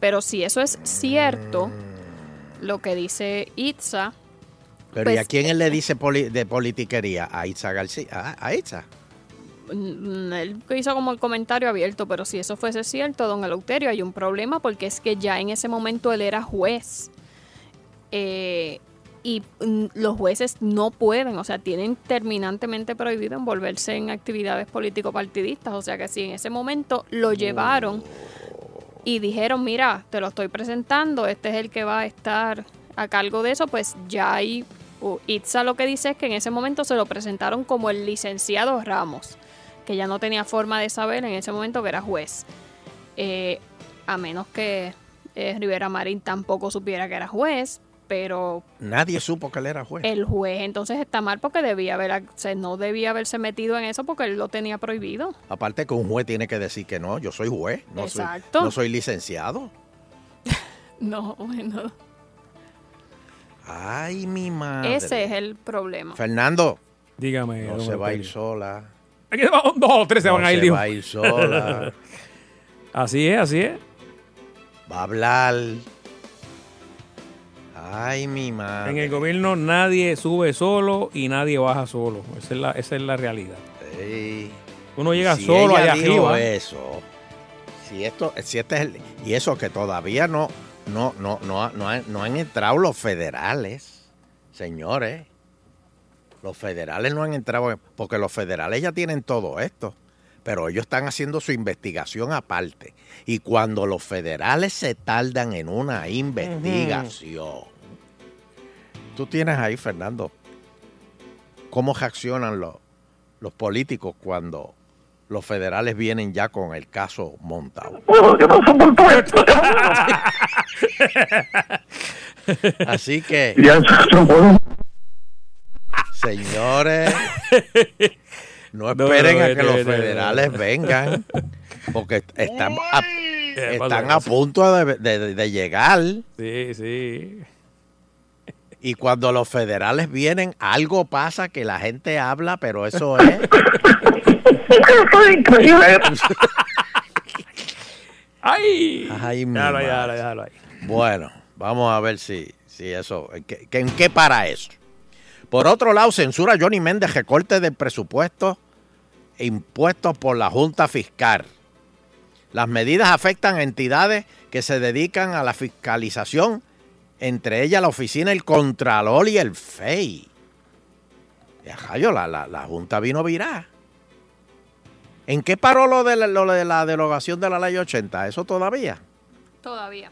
Pero si eso es cierto, lo que dice Itza, Pero ¿y pues- a quién él le dice poli- de politiquería? A Itza García. A, a Itza. mm, él hizo como el comentario abierto, pero si eso fuese cierto, don Eleuterio, hay un problema porque es que ya en ese momento él era juez. Eh, y mm, los jueces no pueden, o sea, tienen terminantemente prohibido envolverse en actividades político-partidistas. O sea que si en ese momento lo llevaron y dijeron, mira, te lo estoy presentando, este es el que va a estar a cargo de eso, pues ya hay... uh, Itza lo que dice es que en ese momento se lo presentaron como el licenciado Ramos, que ya no tenía forma de saber en ese momento que era juez. Eh, a menos que eh, Rivera Marín tampoco supiera que era juez, pero Eh, Nadie supo que él era juez. el juez entonces está mal porque debía haber, o sea, no debía haberse metido en eso porque él lo tenía prohibido. Aparte que un juez tiene que decir que no, yo soy juez. No soy- Exacto. no soy licenciado. No, bueno. Ay, mi madre. Ese es el problema. Fernando, Dígame. no don se va a ir Eleuterio. sola. Aquí se van dos o tres, se no van a ir, se digo. va a ir sola. Así es, así es. va a hablar. Ay, mi madre. En el gobierno nadie sube solo y nadie baja solo. Esa es la, esa es la realidad. Ey. Uno llega Si solo ella allá dijo eh, arriba. ¿eh? eso. Si esto, si este es el- y eso que todavía no, no, no, no, ha- no, han, no han entrado los federales, señores. Los federales no han entrado, porque los federales ya tienen todo esto, pero ellos están haciendo su investigación aparte. Y cuando los federales se tardan en una investigación, tú tienes ahí, Fernando, cómo reaccionan los, los políticos cuando los federales vienen ya con el caso montado. Así que, Ya se señores, no No, esperen no, a no, que no, los no, no. federales vengan, porque están a, Eh, están pasa, a pasa. punto de, de- de llegar. Sí, sí. Y cuando los federales vienen, algo pasa que la gente habla, pero eso es. ¡Ay! Ay, mi Déjalo madre. ahí, déjalo ahí, déjalo ahí. Bueno, vamos a ver si, si eso, ¿en qué, que- en qué para eso? Por otro lado, censura Johnny Méndez recorte del presupuesto e impuestos por la Junta Fiscal. Las medidas afectan a entidades que se dedican a la fiscalización, entre ellas la Oficina del Contralor y el FEI. Ya, rayo, la, la- la Junta vino virá. ¿En qué paró lo de la- lo de la derogación de la Ley 80? ¿Eso todavía? Todavía.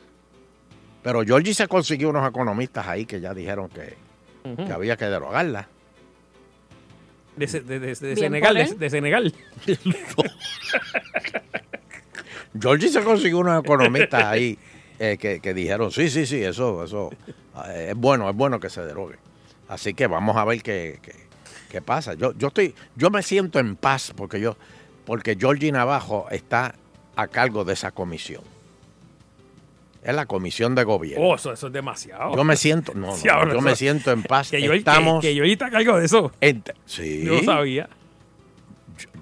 Pero Georgie se consiguió unos economistas ahí que ya dijeron que, que había que derogarla. De, Se- de- de- de Bien Senegal, por de, él. de Senegal. Georgie se consiguió unos economistas ahí eh, que, que dijeron, sí, sí, sí, eso, eso eh, es bueno, es bueno que se derogue. Así que vamos a ver qué, qué- qué pasa. Yo, yo estoy, yo me siento en paz porque yo, porque Georgie Navajo está a cargo de esa comisión. Es la comisión de gobierno. Oh, eso, eso es demasiado. Yo me siento, no, no, Sí, ahora yo eso- me siento en paz. que yo, Estamos, que, que yo ahorita cargo de eso. ent- sí. Yo no sabía.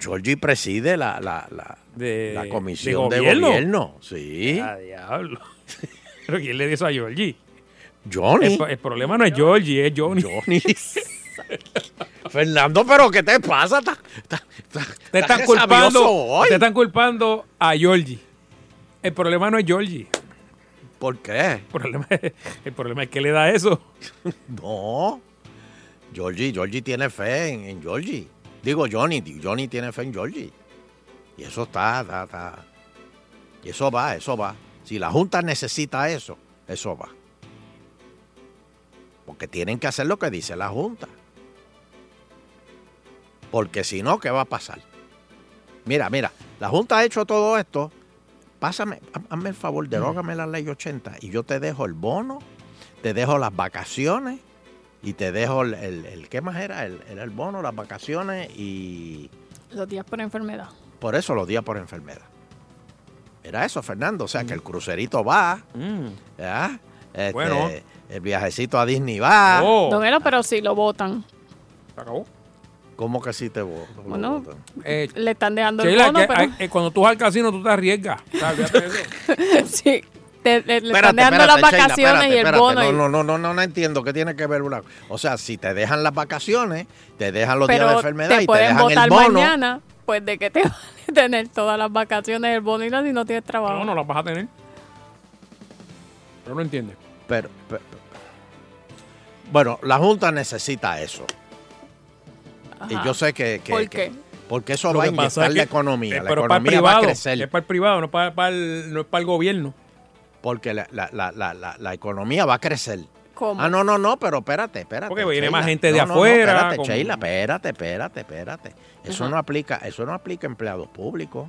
Georgie preside la, la, la, De- la de comisión de gobierno. gobierno. Sí. Ah, diablo. Pero ¿quién le dio eso a Georgie? Johnny. El, el problema no es Georgie, es Johnny. Johnny. Fernando, pero ¿qué te pasa? Ta- ta- ta- Te estás están sabioso culpando, hoy. te están culpando a Georgie. El problema no es Georgie. ¿Por qué? El problema es, el problema es que le da eso. No. Georgie, Georgie tiene fe en, en Georgie. Digo, Johnny, di- Johnny tiene fe en Georgie. Y eso está, está, está. Y eso va, eso va. Si la Junta necesita eso, eso va. Porque tienen que hacer lo que dice la Junta. Porque si no, ¿qué va a pasar? Mira, mira, la Junta ha hecho todo esto. Pásame, ha- hazme el favor, derógame la ley 80 y yo te dejo el bono, te dejo las vacaciones y te dejo el, el- el- ¿qué más era? El, era el bono, las vacaciones y Los días por enfermedad. por eso los días por enfermedad. Era eso, Fernando. O sea, que el crucerito va, ¿verdad? Este, Bueno. El viajecito a Disney va. Oh, Don Elo, pero si lo votan, se acabó. ¿Cómo que sí te voy? lo Bueno, votan? Eh, le están dejando Sheila, el bono, que pero hay- eh, cuando tú vas al casino tú te arriesgas. O sea, olvídate de eso. sí, te- le, le están Espérate, dejando espérate, las Sheila, vacaciones espérate, y el espérate. bono. y- No, no, no, no, no, no entiendo qué tiene que ver una. O sea, si te dejan las vacaciones, te dejan los días de pero enfermedad te y te pueden dejan votar el bono. mañana, pues de que te van a tener todas las vacaciones, el bono y nada si no tienes trabajo. No, no las vas a tener. Pero no entiendes. Pero, pero- bueno, la Junta necesita eso. Ajá. Y yo sé que. que- ¿Por que- qué? porque eso Lo va a que pasa inyectar es la que- economía. eh, la pero es para el economía va a privado, Eh, crecer. Es para el privado, no, para, para el, no es para el gobierno. Porque la, la- la- la- la- la economía va a crecer. ¿Cómo? Ah, no, no, no, pero espérate, espérate. Porque viene Sheila. más gente de No, no, no, afuera, espérate, como- Sheila, espérate, espérate, espérate. Eso no aplica, eso no aplica a empleados públicos.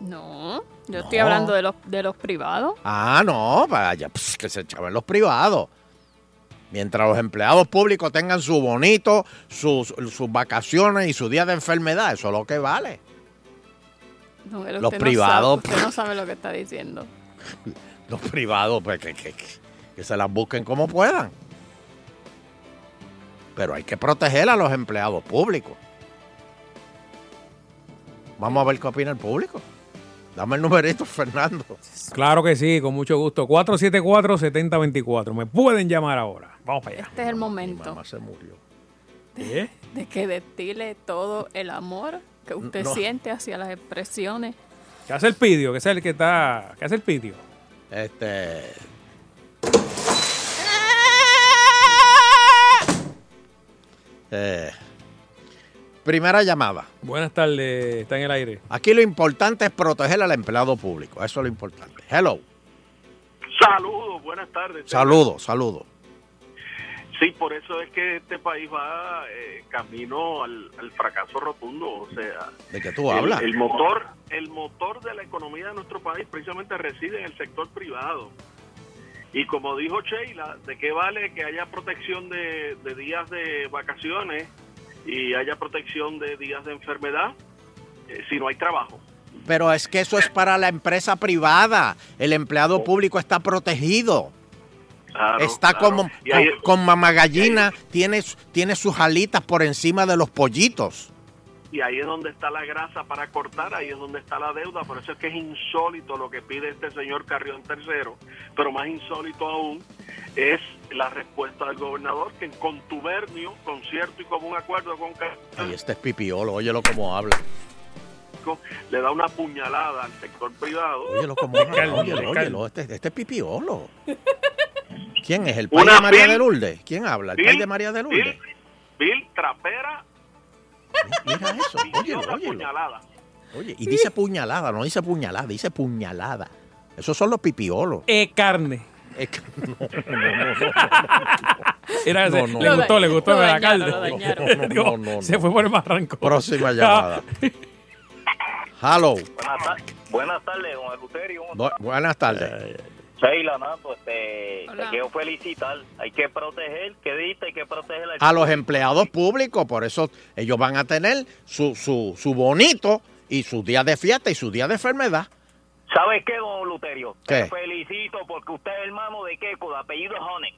No, yo estoy No. hablando de los, de los privados. Ah, no, vaya, pss, que se echaban los privados. Mientras los empleados públicos tengan su bonito, sus, sus vacaciones y su día de enfermedad, eso es lo que vale. Don Elo, Los usted no privados, sabe- usted no sabe lo que está diciendo. Los privados, pues que, que- que- que se las busquen como puedan. Pero hay que proteger a los empleados públicos. Vamos a ver qué opina el público. Dame el numerito, Fernando. Claro que sí, con mucho gusto. 474-7024. Me pueden llamar ahora. Vamos para allá. Este es el Ah, Mi momento mamá se murió. ¿Eh? de que destile todo el amor que usted No. siente hacia las expresiones. ¿Qué hace el pidio? ¿Qué es el que está? ¿Qué hace el pidio? Este. Eh, primera llamada. Buenas tardes, está en el aire. Aquí lo importante es proteger al empleado público. Eso es lo importante. Hello. Saludos, buenas tardes. Saludo, saludo. Sí, por eso es que este país va eh, camino al, al fracaso rotundo. O sea, ¿De qué tú el- hablas? El, motor, el motor de la economía de nuestro país precisamente reside en el sector privado. Y como dijo Sheila, ¿de qué vale que haya protección de, de días de vacaciones y haya protección de días de enfermedad eh, si no hay trabajo? Pero es que eso es para la empresa privada. El empleado público está protegido. Oh. Claro, está claro. como Y ahí- con, con mamagallina, tiene, su- tiene sus alitas por encima de los pollitos. y ahí es donde está la grasa para cortar, ahí es donde está la deuda, por eso es que es insólito lo que pide este señor Carrión tercero, pero más insólito aún es la respuesta del gobernador que en contubernio, concierto y común acuerdo con Ay, Carrión este es pipiolo, óyelo como habla. le da una puñalada al sector privado. Óyelo como habla, Calma, óyelo, calma. óyelo. Este, este es pipiolo. ¿Quién es? ¿El Una país de María pil- de Lourdes? ¿Quién habla? ¿El Bill, país de María de Lourdes? Bill, Bill, trapera, Mira eso, y óyelo, otra óyelo. puñalada. Oye, y dice puñalada, no dice puñalada, dice puñalada. Esos son los pipiolos. E carne. Es que- no, no, no, no. Era ese- No, no, le no. gustó, le gustó Lo el dañaron, alcalde. lo dañaron. No, no, Digo, no, no. Se fue por el barranco. Ah, Próxima llamada. Hello. Buenas, tar- buenas tardes, don Eleuterio. Bu- buenas tardes. Sheila, Nando, este, Hola. te quiero felicitar. Hay que proteger, ¿qué diste? Hay que proteger al- A los empleados públicos, por eso ellos van a tener su, su, su bonito y sus días de fiesta y sus días de enfermedad. ¿Sabes qué, don Eleuterio? ¿Qué? Te felicito porque usted es hermano de Keiko, de apellido Honex.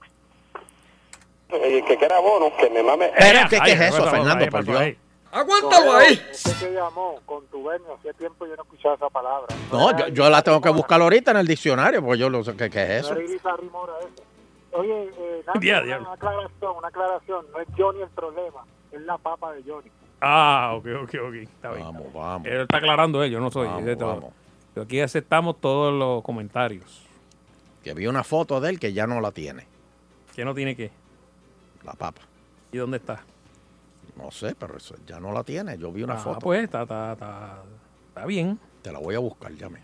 Eh, que quiera bono, que me mame. Pero, ¿qué, qué Ay, es eso, pasó, Fernando? ahí Por pasó, Dios. ahí. ¡Aguántalo ahí! Usted que llamó contubernio, hacía tiempo yo no escuchaba esa palabra. No, yo, yo la tengo que buscar ahorita en el diccionario, porque yo lo sé que, que es No eso. era Elisa Rimora eso. Oye, eh, Nando, Ya, una, diablo. una aclaración, una aclaración. No es Johnny el problema, es la papa de Johnny. Ah, ok, ok, ok. Está bien. Vamos, vamos. Él está aclarando él, yo no soy. Vamos, ese todo. vamos. Pero aquí aceptamos todos los comentarios. Que vi una foto de él que ya no la tiene, ¿Qué no tiene qué? la papa. ¿Y dónde está? No sé, pero eso ya no la tiene. Yo vi una Ah, foto. Pues está, está, está, está bien. Te la voy a buscar, llame.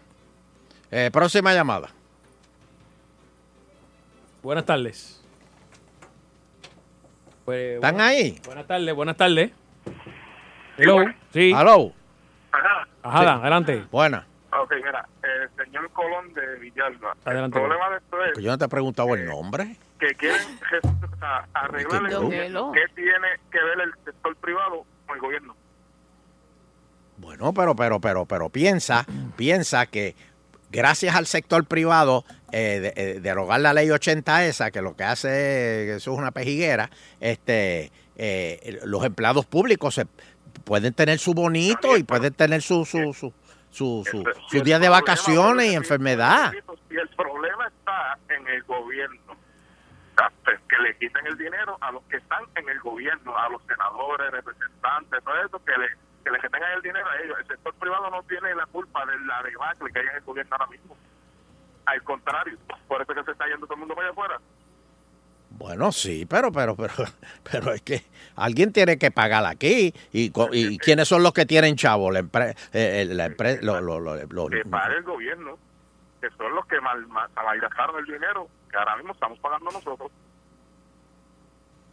Eh, próxima llamada. Buenas tardes. Pues, ¿Están buenas- ahí? Buenas tardes, buenas tardes. Hello. Sí. Hello. Ajá, Ajá, Sí. adelante. Buena. ok, mira, el señor Colón de Villalba. Adelante. El problema de esto Que es yo no te he preguntado el nombre. que quieren o sea, arreglar el Don gobierno. Elo. ¿Qué tiene que ver el sector privado con el gobierno? Bueno, pero, pero, pero, pero piensa, piensa que gracias al sector privado, eh, de- eh, derogar la ley 80 esa, que lo que hace, eh, eso es una pejiguera, este, eh, los empleados públicos se, pueden tener su bonito y pueden tener su, su, su, su, su, Entonces, su Este, el día de problema, vacaciones y Pedro, enfermedad. Y el problema está en el gobierno. O sea, pues, Que le quiten el dinero a los que están en el gobierno, a los senadores, representantes, todo eso, que le, que le tengan el dinero a ellos. El sector privado no tiene la culpa de la debacle que hay en el gobierno ahora mismo. Al contrario, por eso es que se está yendo todo el mundo para allá afuera. Bueno, sí, pero, pero, pero, pero es que alguien tiene que pagar aquí. ¿Y, co- y quiénes son los que tienen chavo? La empresa, la empre- lo- lo- lo- lo- que pague el gobierno, que son los que mal, mal- malgastaron el dinero que ahora mismo estamos pagando nosotros.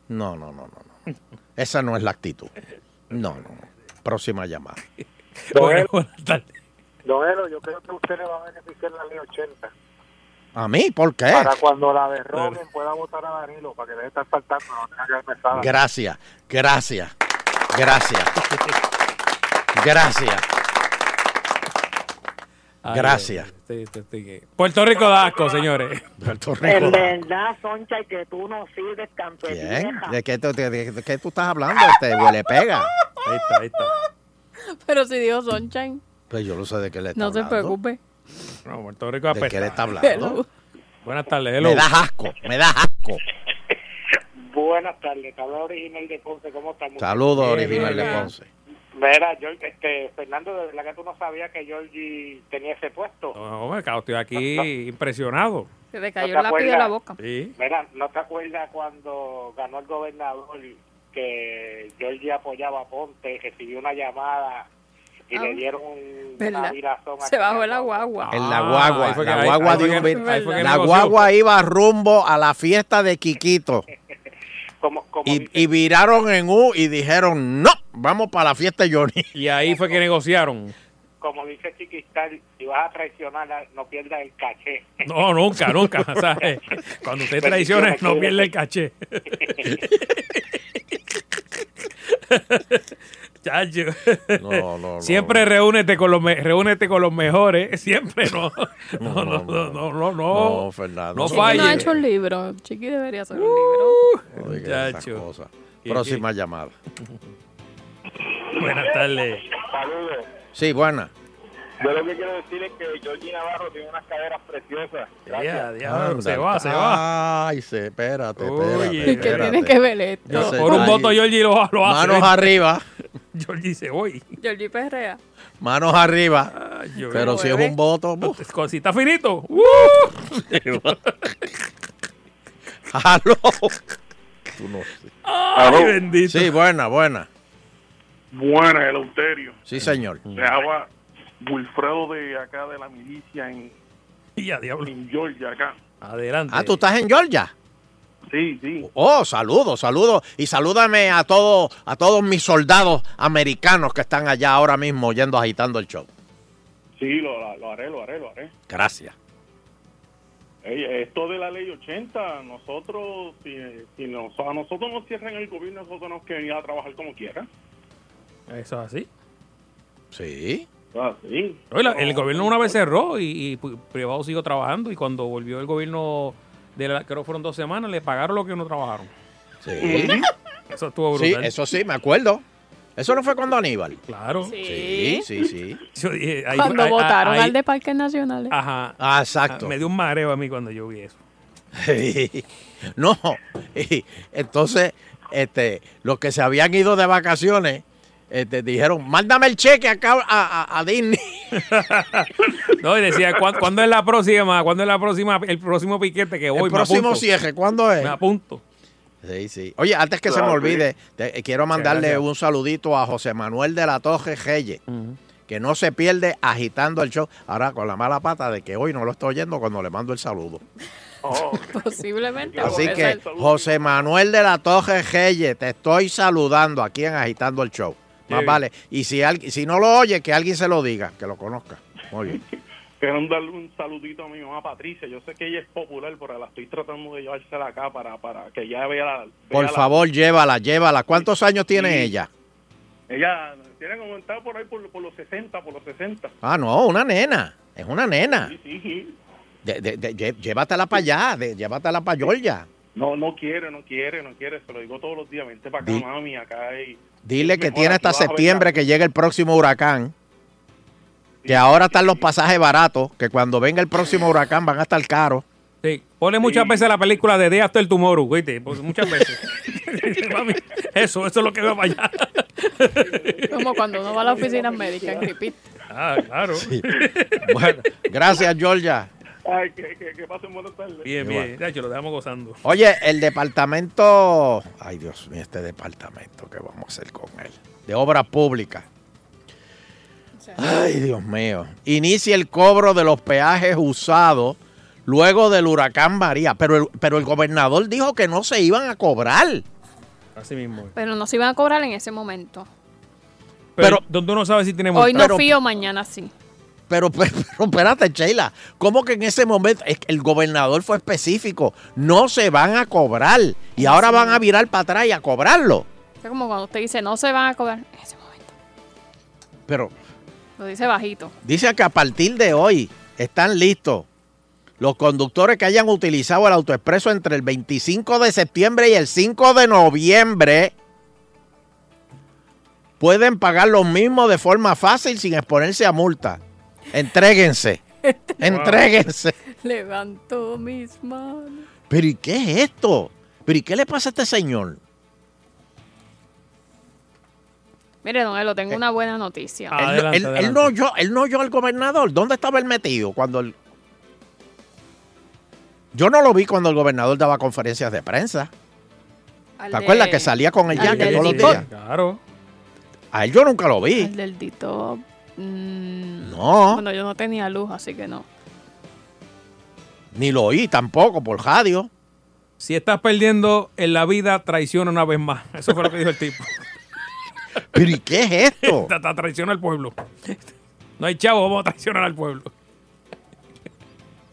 No, no, no, no, no. Esa no es la actitud. No, no. no. Próxima llamada. Bueno, buenas tardes. Don Elo, yo creo que usted le va a beneficiar la ley 80. ¿A mí? ¿Por qué? Para cuando la derroben pueda votar a Danilo, para que deje de estar faltando, no tenga que haber pesada. Gracias, gracias, gracias. Gracias. Ay, Gracias. Dios, este- este- este que- Puerto Rico da asco, señores. Puerto Rico. En verdad, Soncha, que tú no sirves, ¿Quién? campeona. ¿De qué, tú- de- de qué tú estás hablando? Este huele pega. Ahí está, ahí está. Pero si dijo Sunshine, Pues yo no sé de qué le está no se hablando. preocupe. No, Puerto Rico ¿De qué le apesta. está hablando? Buenas tardes, hello. Me das asco, me das asco. Buenas tardes, te habla original de Ponce, ¿cómo estamos? Saludos, Bien, original de bien. Ponce. Mira, yo, este, Fernando, de verdad que tú no sabías que Georgie tenía ese puesto. No, hombre, cabrón, estoy aquí impresionado. Se le cayó ¿No te el lápiz de la acuerdas? boca. Sí. Mira, ¿no te acuerdas cuando ganó el gobernador que Georgie apoyaba a Ponte, recibió una llamada y Ah, le dieron un ¿verdad? virazón Se aquí bajó en la boca? guagua. En la Ah, guagua, ahí fue que- la ahí- guagua ahí fue de un que- ven- ahí fue que La negoció. guagua iba rumbo a la fiesta de Quiquito. Como, como y, dice- y viraron en U y dijeron, no, vamos para la fiesta de Johnny. Y ahí fue que negociaron. como dice Chiquistal, si vas a traicionar, no pierdas el caché. No, nunca, nunca. o sea, eh, Cuando usted traiciona, no pierde el caché. Chacho. No, no, no. Siempre reúnete con los me- reúnete con los mejores, siempre no. No, no, no, no, no. No, No, Fernando. No Chiqui Chiqui no ha falle. hecho un libro. Chiqui debería Uh. hacer un libro. No digas esas Chacho. cosas. Próxima llamada. Buenas tardes. Saludos. Sí, buena. Yo lo que quiero decir es que Georgie Navarro tiene unas caderas preciosas. Ya, ya, Ándale. se va, se Ah, va. Ay, se, espérate, espérate. Oye. ¿Y qué espérate. tiene que ver esto? Yo sé, Por un ahí. voto Georgie lo, lo hace. Manos arriba, Georgie se voy. Georgie Perrea. manos arriba. Ay, Georgie. Pero si es ¿eh? un voto, buf. Con- Si está finito. ¡Uh! Aló. Tú no sé. Ay, bendito. Sí, buena, buena. Buena, el auterio. Sí, señor. Mm. Le habla Wilfredo de acá de la milicia en, Ya, diablo. en Georgia, acá. Adelante. Ah, tú estás en Georgia. Sí, sí. Oh, saludos, saludos. Y salúdame a todos, a todos mis soldados americanos que están allá ahora mismo yendo agitando el show. Sí, lo, lo haré, lo haré, lo haré. Gracias. Ey, esto de la ley 80, nosotros, si, si nos, a nosotros nos cierran el gobierno, nosotros nos que venir a trabajar como quiera. Eso es así. Sí. Ah, sí. Oye, la- el gobierno una vez cerró y, y pu- privado siguió trabajando y cuando volvió el gobierno de la, creo que fueron dos semanas, le pagaron lo que no trabajaron. Sí. Eso estuvo Sí, brutal. eso sí, me acuerdo. Eso no fue cuando Aníbal. Claro. Sí, sí, sí. Yo dije, ahí- Cuando ahí- votaron ahí- al de Parques Nacionales. Ajá. Ah, exacto. Me dio un mareo a mí cuando yo vi eso. no, y entonces este, los que se habían ido de vacaciones este, dijeron, mándame el cheque acá a, a- a Disney. No, y decía, "¿Cuán- ¿cuándo, es la próxima? ¿Cuándo es la próxima, el próximo piquete que voy? el próximo cierre. cierre, ¿cuándo es? Me apunto. Sí, sí. Oye, antes que se Claro, me sí. olvide, te- eh, quiero mandarle gracias. un saludito a José Manuel de la Torre Reyes, que no se pierde agitando el show. Ahora con la mala pata de que hoy no lo estoy oyendo cuando le mando el saludo. Posiblemente. Así por que, eso el- José Manuel de la Torre Reyes, te estoy saludando aquí en Agitando el Show. Qué Más bien. vale. Y si, alguien- si no lo oye, que alguien se lo diga, que lo conozca. Muy bien. Quiero darle un saludito a mi mamá Patricia. Yo sé que ella es popular, pero la estoy tratando de llevársela acá para, para que ella vea la... Por vea la- favor, llévala, llévala. ¿Cuántos años tiene ella? Ella tiene que aumentar por ahí por, por los 60, por los 60. Ah, no, una nena. Es una nena. Sí, sí, sí. De- de- de- lle- llévatela para allá, de- llévatela para Georgia. No, no quiere, no quiere, no quiere. Se lo digo todos los días. Vente para acá, Di- mami, acá. Y, Dile que Mejor tiene hasta aquí vas a ver septiembre que llegue el próximo huracán. Que ahora están los pasajes baratos, que cuando venga el próximo huracán van a estar caros. Sí. Pone muchas veces la película de Day After Tomorrow, ¿viste? Pues muchas veces. Mami, eso, eso es lo que veo para allá. Como cuando uno va a la oficina médica en Kipit. Ah, claro. Bueno, gracias, Georgia. ay, que, que, que pasen buenas tardes. Bien, Igual. bien. De hecho, lo dejamos gozando. Oye, el departamento, ay Dios mío, este departamento, ¿qué vamos a hacer con él? De obras públicas. Ay Dios mío. Inicia el cobro de los peajes usados luego del huracán María, pero el, pero el gobernador dijo que no se iban a cobrar. Así mismo. Pero no se iban a cobrar en ese momento. Pero, donde uno sabe si tiene Hoy no Pero- fío, mañana sí. Pero, pero, pero espérate, Sheila, ¿cómo que en ese momento es que el gobernador fue específico? No se van a cobrar y ahora van a virar para atrás y a cobrarlo. Es como cuando usted dice no se van a cobrar. En ese momento. Pero Lo dice bajito. Dice que a partir de hoy están listos los conductores que hayan utilizado el autoexpreso entre el 25 de septiembre y el 5 de noviembre. Pueden pagar lo mismo de forma fácil sin exponerse a multa. Entréguense. Entréguense. Levanto mis manos. ¿Pero y qué es esto? ¿Pero y qué le pasa a este señor? Mire, don Elo, Eh. tengo una buena noticia. Él no- él, él no oyó, él no oyó al gobernador. ¿Dónde estaba él metido cuando el- Yo no lo vi cuando el gobernador daba conferencias de prensa. Al ¿Te acuerdas de- que salía con el al yaque del todos los Ditop. días? Claro. A él yo nunca lo vi. Al del Ditop. mm, No. Bueno, yo no tenía luz, así que no. Ni lo oí tampoco por radio. Si estás perdiendo en la vida, traiciona una vez más. Eso fue lo que dijo el tipo. ¿Pero y qué es esto? Ta- ta- traiciona al pueblo. No hay chavo, vamos a traicionar al pueblo.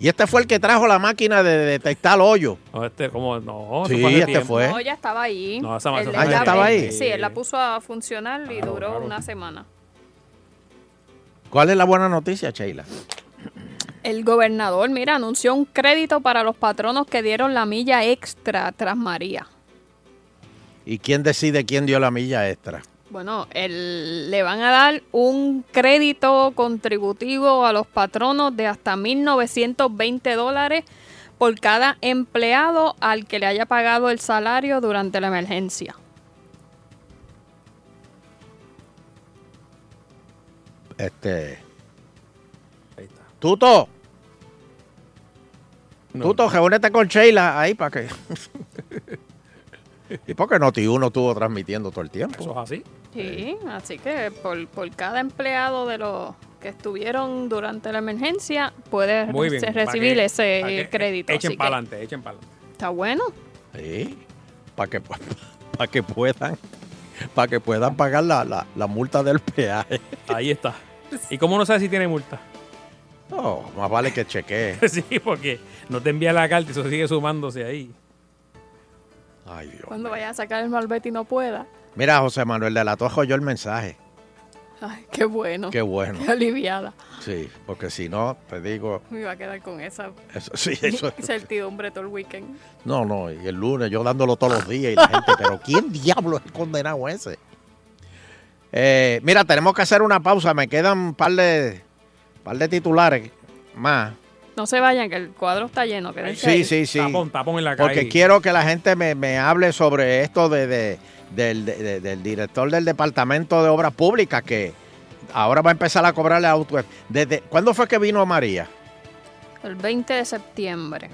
Y este fue el que trajo la máquina de detectar hoyo. No, este, como, no, eso Sí, fue hace este tiempo. fue. No, ya estaba ahí. No, esa- Él esa- le Ah, ya la- estaba ahí. Sí, él la puso a funcionar y duró una semana. ¿Cuál es la buena noticia, Sheila? El gobernador, mira, anunció un crédito para los patronos que dieron la milla extra tras María. ¿Y quién decide quién dio la milla extra? Bueno, el- le van a dar un crédito contributivo a los patronos de hasta 1.920 dólares por cada empleado al que le haya pagado el salario durante la emergencia. Este. Tuto. Tuto, reúnete con Sheila ahí para que. ¿Y por qué Noti1 estuvo transmitiendo todo el tiempo? Eso es así. Sí, así que por, por cada empleado de los que estuvieron durante la emergencia puede Muy bien. re- para recibir que- ese para que crédito. Echen así para que adelante, echen para adelante. está bueno. Sí, para que, para que puedan para que puedan pagar la, la- la multa del peaje. Ahí está. ¿Y cómo no sabes si tiene multa? No, más vale que chequee. sí, porque no te envía la carta y eso sigue sumándose ahí. Ay, Dios. Cuando vaya a sacar el malvete y no pueda. Mira, José Manuel de la Toja oyó el mensaje. Ay, qué bueno. Qué bueno. Qué aliviada. Sí, porque si no, te digo, Me iba a quedar con esa eso, sí, eso. certidumbre todo el weekend. No, no, y el lunes yo dándolo todos los días y la gente, pero ¿quién diablo es el condenado ese? Eh, mira, tenemos que hacer una pausa. Me quedan un par de, par de titulares más. No se vayan, que el cuadro está lleno. quédense Sí, ahí. sí, sí. Tapón, tapón en la calle. Porque quiero que la gente me, me hable sobre esto de, de- del, de- de- del director del Departamento de Obras Públicas que ahora va a empezar a cobrarle a Outweb. Desde, ¿Cuándo fue que vino María? El 20 de septiembre.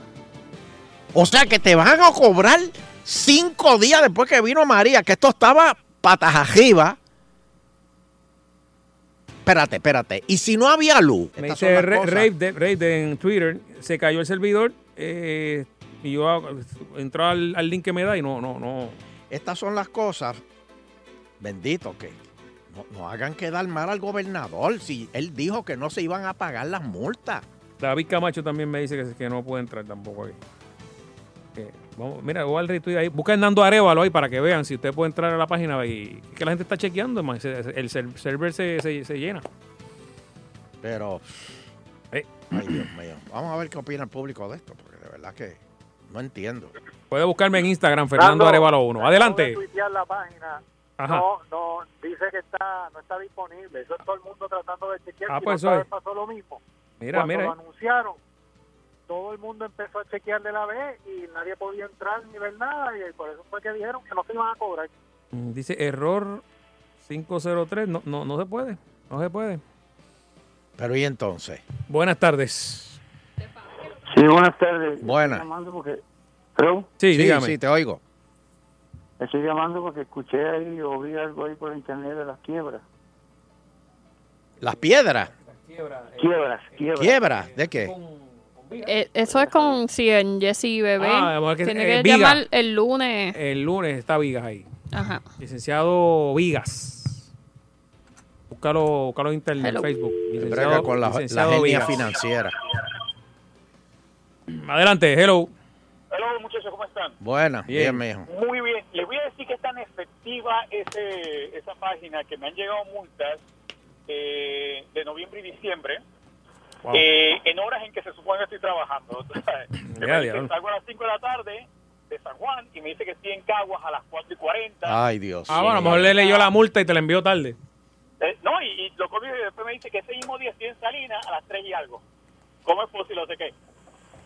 O sea que te van a cobrar cinco días después que vino María, que esto estaba patas arriba. Espérate, espérate. Y si no había luz. Me Estas son las dice Ra- cosas. Rave de- Rave de en Twitter, se cayó el servidor eh, y yo ah, entré al, al link que me da y no, no, no. Estas son las cosas, bendito, que no, no hagan quedar mal al gobernador si él dijo que no se iban a pagar las multas. David Camacho también me dice que, que no puede entrar tampoco aquí. Que- vamos, mira, voy al retweet ahí. Busca Hernando Arevalo ahí para que vean si usted puede entrar a la página y es que la gente está chequeando, man. Se- se- El ser- server se, se- se llena. Pero, Eh. ay Dios mío, vamos a ver qué opina el público de esto, porque de verdad que no entiendo. Puede buscarme en Instagram, Fernando Arevalo 1. Adelante. tuitear la página. Ajá. No, no, dice que está, no está disponible. Eso es todo el mundo tratando de chequear. Ah, si pues la otra eso es. vez pasó lo mismo. Mira, Cuando mira, lo eh. anunciaron, todo el mundo empezó a chequear de la vez y nadie podía entrar ni ver nada. Y por eso fue que dijeron que no se iban a cobrar. Mm, Dice error 503. No, no, no se puede. No se puede. Pero y entonces. Buenas tardes. Sí, buenas tardes. Buenas. Estoy llamando porque, ¿Hello? Sí, dígame. sí, te oigo. Estoy llamando porque escuché ahí o vi algo ahí por internet de las quiebras. Las piedras. Quiebras, quiebras. ¿Quiebras? ¿De qué? Eh, eso es con si en Jesse y Bebé. Ah, vamos a ver que- Tiene eh, que Viga. llamar el lunes. El lunes está Vigas ahí. Ajá. Licenciado Vigas. Búscalo, búscalo en internet, Hello. Facebook. Él Licenciado- brega con la, la licenciado genia Vigas. financiera. Adelante, hello. Ah, Hola muchachos, ¿cómo están? Buenas, Bien. bien, mijo. Muy bien. Les voy a decir que es tan efectiva ese, esa página que me han llegado multas eh, de noviembre y diciembre Wow. eh, en horas en que se supone que estoy trabajando. ¿tú sabes? Que me Ya, dice, diablo. salgo a las 5 de la tarde de San Juan y me dice que estoy en Caguas a las 4 y 40. Ay, Dios. Ah, bueno, a lo mejor le leyó la multa y te la envió tarde. Eh, no, y, y lo que después me dice que ese mismo día estoy en Salinas a las 3 y algo. ¿Cómo es posible? No sé qué.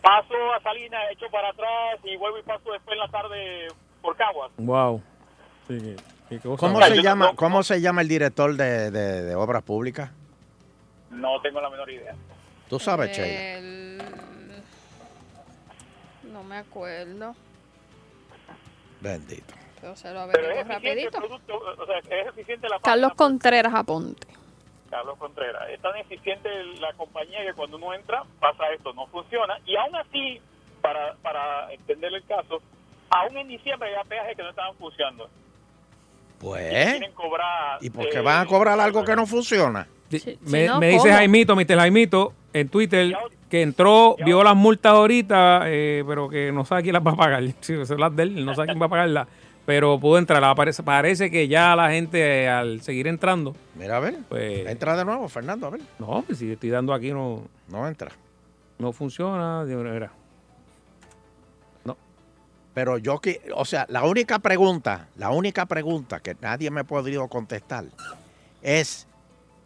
Paso a Salinas, echo para atrás y vuelvo y paso después en la tarde por Caguas. Wow. ¿Cómo se, llama, ¿Cómo se llama el director de, de- de Obras Públicas? No tengo la menor idea. Tú sabes, Che. Eh, El- No me acuerdo, Bendito. pero se lo Pero es averiguo eficiente el rapidito. producto, o sea, es eficiente la Carlos Contreras Aponte. Carlos Contreras. Es tan eficiente la compañía que cuando uno entra pasa esto, no funciona. Y aún así, para, para entender el caso, aún en diciembre había peajes que no estaban funcionando. Pues. Quieren cobrar... ¿Y eh, por qué van a cobrar algo que no funciona? Me, no, me dice ¿cómo? Jaimito, Mr. Jaimito, en Twitter, que entró, vio las multas ahorita, eh, pero que no sabe quién las va a pagar. Sí, esas son las de él, no sabe quién va a pagarlas. Pero pudo entrar. Ah, Parece, parece que ya la gente, eh, al seguir entrando. Mira, a ver. Pues, Entra de nuevo, Fernando, a ver. No, pues si estoy dando aquí, no. No entra. No funciona. de verdad. Pero yo que, o sea, la única pregunta, la única pregunta que nadie me ha podido contestar es,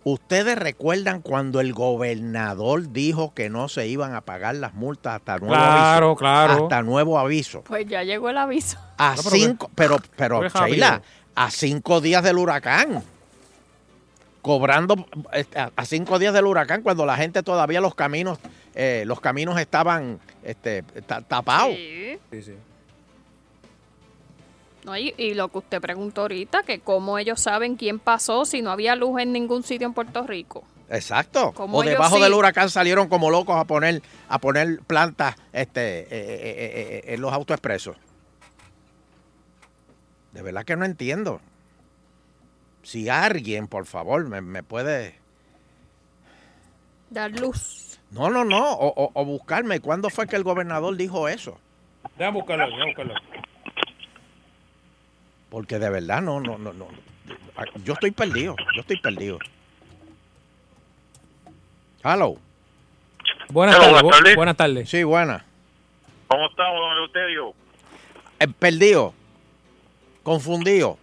¿ustedes recuerdan cuando el gobernador dijo que no se iban a pagar las multas hasta nuevo Claro, aviso? claro. Hasta nuevo aviso. Pues ya llegó el aviso. A No, pero cinco, pero, pero, pero es Sheila, rápido. a cinco días del huracán. Cobrando eh, a a cinco días del huracán cuando la gente todavía los caminos, eh, los caminos estaban este, ta- tapados. Sí, sí. No, y, y lo que usted preguntó ahorita, que cómo ellos saben quién pasó si no había luz en ningún sitio en Puerto Rico. Exacto. Como O ellos debajo sí. del huracán salieron como locos a poner a poner plantas este eh, eh, eh, eh, en los autoexpresos. De verdad que no entiendo. Si alguien, por favor, me, me puede... Dar luz. No, no, no. O, o- o buscarme. ¿Cuándo fue que el gobernador dijo eso? Déjame buscarlo, déjame buscarlo. Porque de verdad no, no, no, no. Yo estoy perdido. Yo estoy perdido. Hello. Buenas Hello, tardes. buenas bu- tardes. Buenas tardes. Sí, buenas. ¿Cómo estamos, don Eleuterio? Eh, perdido. Confundido.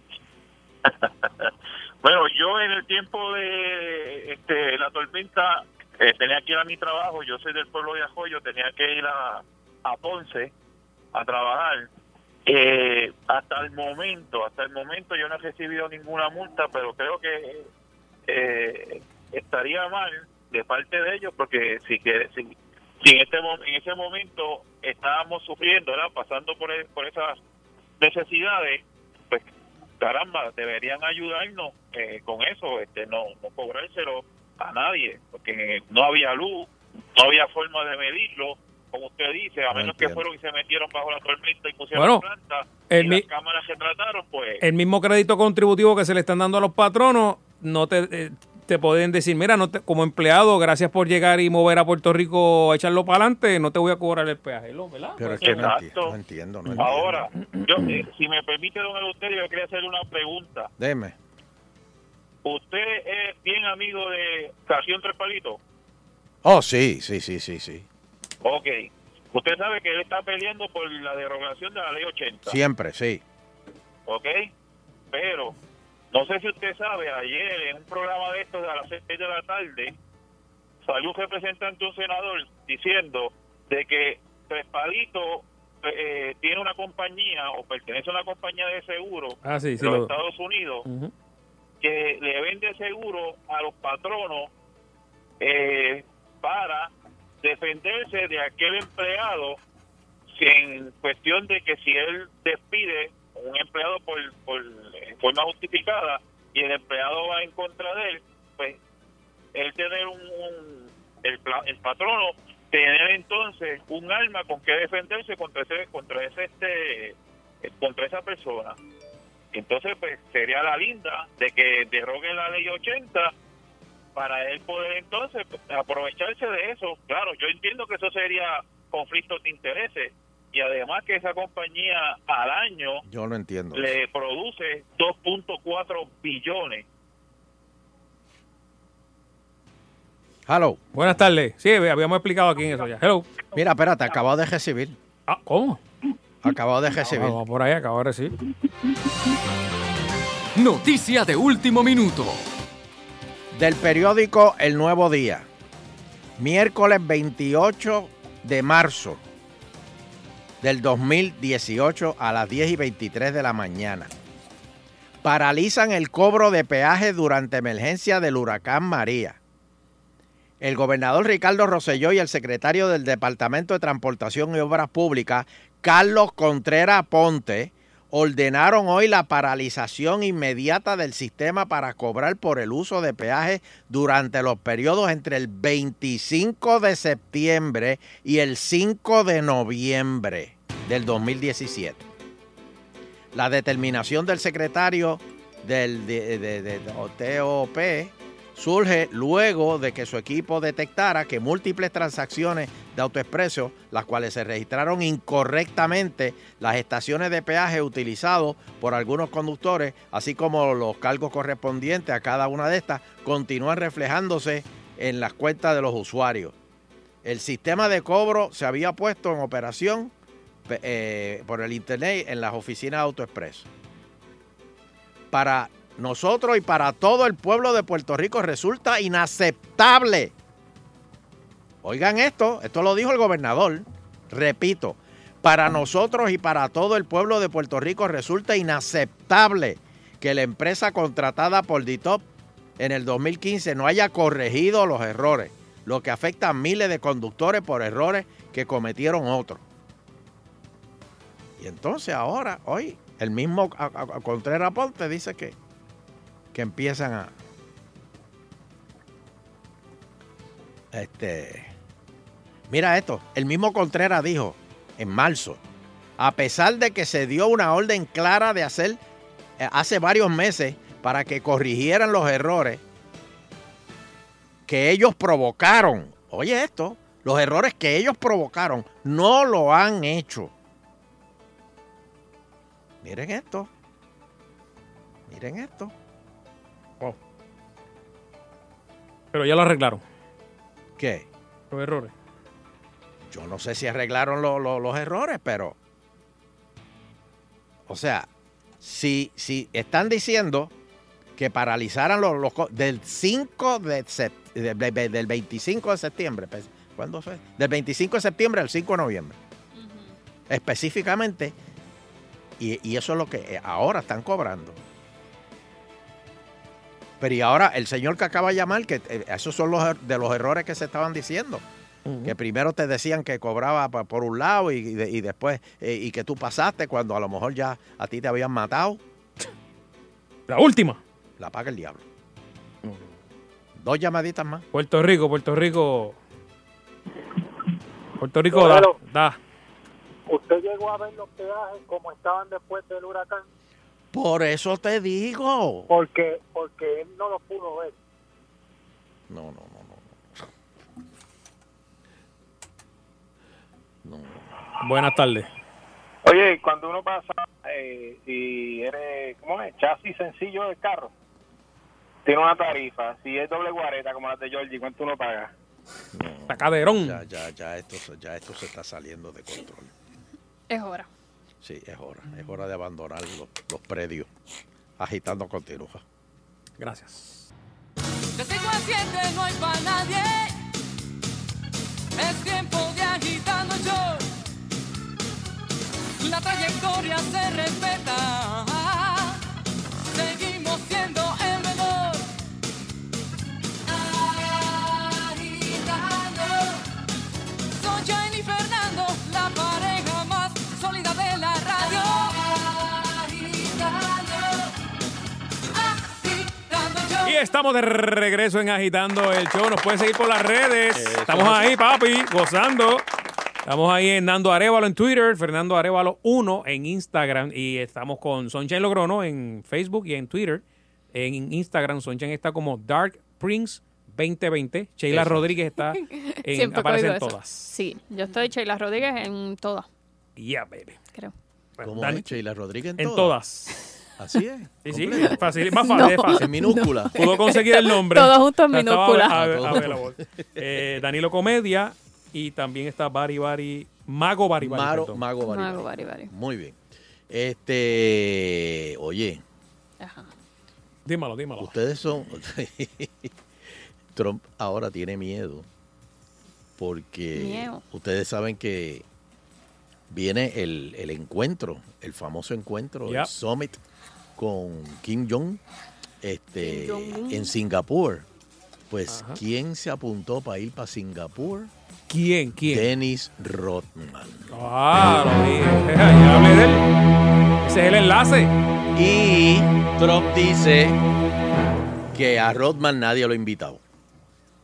Bueno, yo en el tiempo de este, la tormenta eh, tenía que ir a mi trabajo, yo soy del pueblo de Ajoyo, tenía que ir a, a Ponce a trabajar. Eh, hasta el momento, hasta el momento yo no he recibido ninguna multa, pero creo que eh, estaría mal de parte de ellos porque si, que, si, si en, este, mo- en ese momento estábamos sufriendo, ¿verdad? pasando por, e- por esas necesidades, pues caramba, deberían ayudarnos eh, con eso, este, no, no cobrárselo a nadie, porque no había luz, no había forma de medirlo, como usted dice, a menos que fueron y se metieron bajo la tormenta y pusieron Bueno, planta el y mi- las cámaras se trataron, pues El mismo crédito contributivo que se le están dando a los patronos, no te, eh, te pueden decir, mira, no te- como empleado, gracias por llegar y mover a Puerto Rico a echarlo para adelante, no te voy a cobrar el peaje, ¿lo- ¿verdad? Pero es que Pues, no, exacto. enti- no entiendo, no entiendo. Ahora, yo, eh, si me permite, don Eleuterio, yo quería hacerle una pregunta. Deme. ¿Usted es bien amigo de Casión Tres Palitos? Oh, sí, sí, sí, sí, sí. Ok. Usted sabe que él está peleando por la derogación de la ley 80, Siempre, sí. ¿ok? Pero, no sé si usted sabe, ayer en un programa de estos a las 6 de la tarde, salió un representante, un senador, diciendo de que Tres Palitos eh, tiene una compañía o pertenece a una compañía de seguro Ah, sí, sí, de los lo- Estados Unidos Ujú. que le vende seguro a los patronos eh, para defenderse de aquel empleado si en cuestión de que si él despide un empleado por, por en forma justificada y el empleado va en contra de él, pues él tener un, un- el, pla- el patrono tener entonces un arma con que defenderse contra ese contra ese este contra esa persona. Entonces, pues sería la linda de que derroguen la ley 80 para él poder entonces pues, aprovecharse de eso. Claro, yo entiendo que eso sería conflictos de intereses y además que esa compañía al año Yo no entiendo. le produce 2.4 billones. Hello. Buenas tardes. Sí, habíamos explicado aquí en eso ya. Hello. Mira, espérate, acabo de recibir. Ah, ¿cómo? Acabo de recibir. Vamos por ahí, acabo de recibir. Noticia de último minuto. Del periódico El Nuevo Día. Miércoles 28 de marzo del 2018 a las 10 y 23 de la mañana. Paralizan el cobro de peaje durante emergencia del huracán María. El gobernador Ricardo Rosselló y el secretario del Departamento de Transportación y Obras Públicas, Carlos Contreras Ponte, ordenaron hoy la paralización inmediata del sistema para cobrar por el uso de peajes durante los periodos entre el 25 de septiembre y el 5 de noviembre del 2017. La determinación del secretario del de- de- de- de- TOP surge luego de que su equipo detectara que múltiples transacciones de autoexpreso, las cuales se registraron incorrectamente las estaciones de peaje utilizados por algunos conductores, así como los cargos correspondientes a cada una de estas, continúan reflejándose en las cuentas de los usuarios. El sistema de cobro se había puesto en operación pe- eh, por el Internet en las oficinas de AutoExpress para nosotros y para todo el pueblo de Puerto Rico resulta inaceptable. Oigan esto, esto lo dijo el gobernador. Repito, para nosotros y para todo el pueblo de Puerto Rico resulta inaceptable que la empresa contratada por DITOP en el 2015 no haya corregido los errores, lo que afecta a miles de conductores por errores que cometieron otros. Y entonces ahora, hoy, el mismo a- a- a Contreras Ponte dice que, que empiezan a... Este, mira esto, el mismo Contreras dijo en marzo, a pesar de que se dio una orden clara de hacer eh, hace varios meses para que corrigieran los errores que ellos provocaron, oye esto, los errores que ellos provocaron, no lo han hecho. Miren esto. Miren esto. Pero ya lo arreglaron, ¿Qué? los errores. Yo no sé si arreglaron lo- lo- los errores, pero. O sea, si, si están diciendo que paralizaran los, los co- del 5 de, sep- de- de- de- del 25 de septiembre. pues, ¿Cuándo fue? Del 25 de septiembre al 5 de noviembre. Específicamente. Y, y eso es lo que eh, ahora están cobrando. Pero y ahora el señor que acaba de llamar, que eh, esos son los er- de los errores que se estaban diciendo. Que primero te decían que cobraba pa- por un lado y, y de- y después, eh, y que tú pasaste cuando a lo mejor ya a ti te habían matado. La última. La paga el diablo. Dos llamaditas más. Puerto Rico, Puerto Rico. Puerto Rico da, Claro. da. ¿Usted llegó a ver los peajes como estaban después del huracán? Por eso te digo. Porque, porque él no los pudo ver. No, no, no, no. No. Buenas tardes. Oye, cuando uno pasa eh, y eres, ¿cómo es? Chasis sencillo del carro. Tiene una tarifa. Si es doble guareta como la de Georgie, ¿cuánto uno paga? Tacaderón. Ya, ya, ya esto, se- ya esto se está saliendo de control. Es hora. Sí, es hora. Es hora de abandonar los, los predios. Agitando continúa. Gracias. De 5 a 7 no hay para nadie. Es tiempo de agitando el show. La trayectoria se respeta. Seguimos siendo el mejor. Agitando. Son Jenny y Fernando, la pareja más sólida de la radio. Agitando. Agitando el show. Y estamos de regreso en Agitando el Show. Nos pueden seguir por las redes. Estamos es. ahí, papi, gozando. Estamos ahí en Nando Arevalo en Twitter, Fernando Arevalo 1 en Instagram y estamos con Sunshine Logrono en Facebook y en Twitter. En Instagram Sunshine está como Dark Prince 2020. Sheila Eso. Rodríguez está en, Siempre he aparece cogido en eso. todas. Sí, yo estoy Sheila Rodríguez en todas, Yeah, baby. Pues creo. ¿Cómo Dani- es, Sheila Rodríguez? En todas? todas. Así es. Sí, sí, completo. fácil, más fácil, es fácil. En minúscula. Pudo conseguir el nombre. Todo junto en Ya estaba minúscula. a- a- Todo a- junto. available. Eh, Danilo Comedia y también está Bari Bari, Mago Bari Bari. Maro- perdón. Mago Bari Mago Bari. Bari Bari. Muy bien. Este, oye, Dímelo, dímelo. ustedes son... Trump ahora tiene miedo porque Miedo. ustedes saben que viene el, el encuentro, el famoso encuentro, Yep. el summit con Kim Jong este, Kim Jong-un. en Singapur. Pues, ¿quién se apuntó para ir para Singapur? ¿Quién? ¿Quién? Dennis Rodman. Ah, lo dije. Ya hablé de él. Ese es el enlace. Y Trump dice que a Rodman nadie lo ha invitado.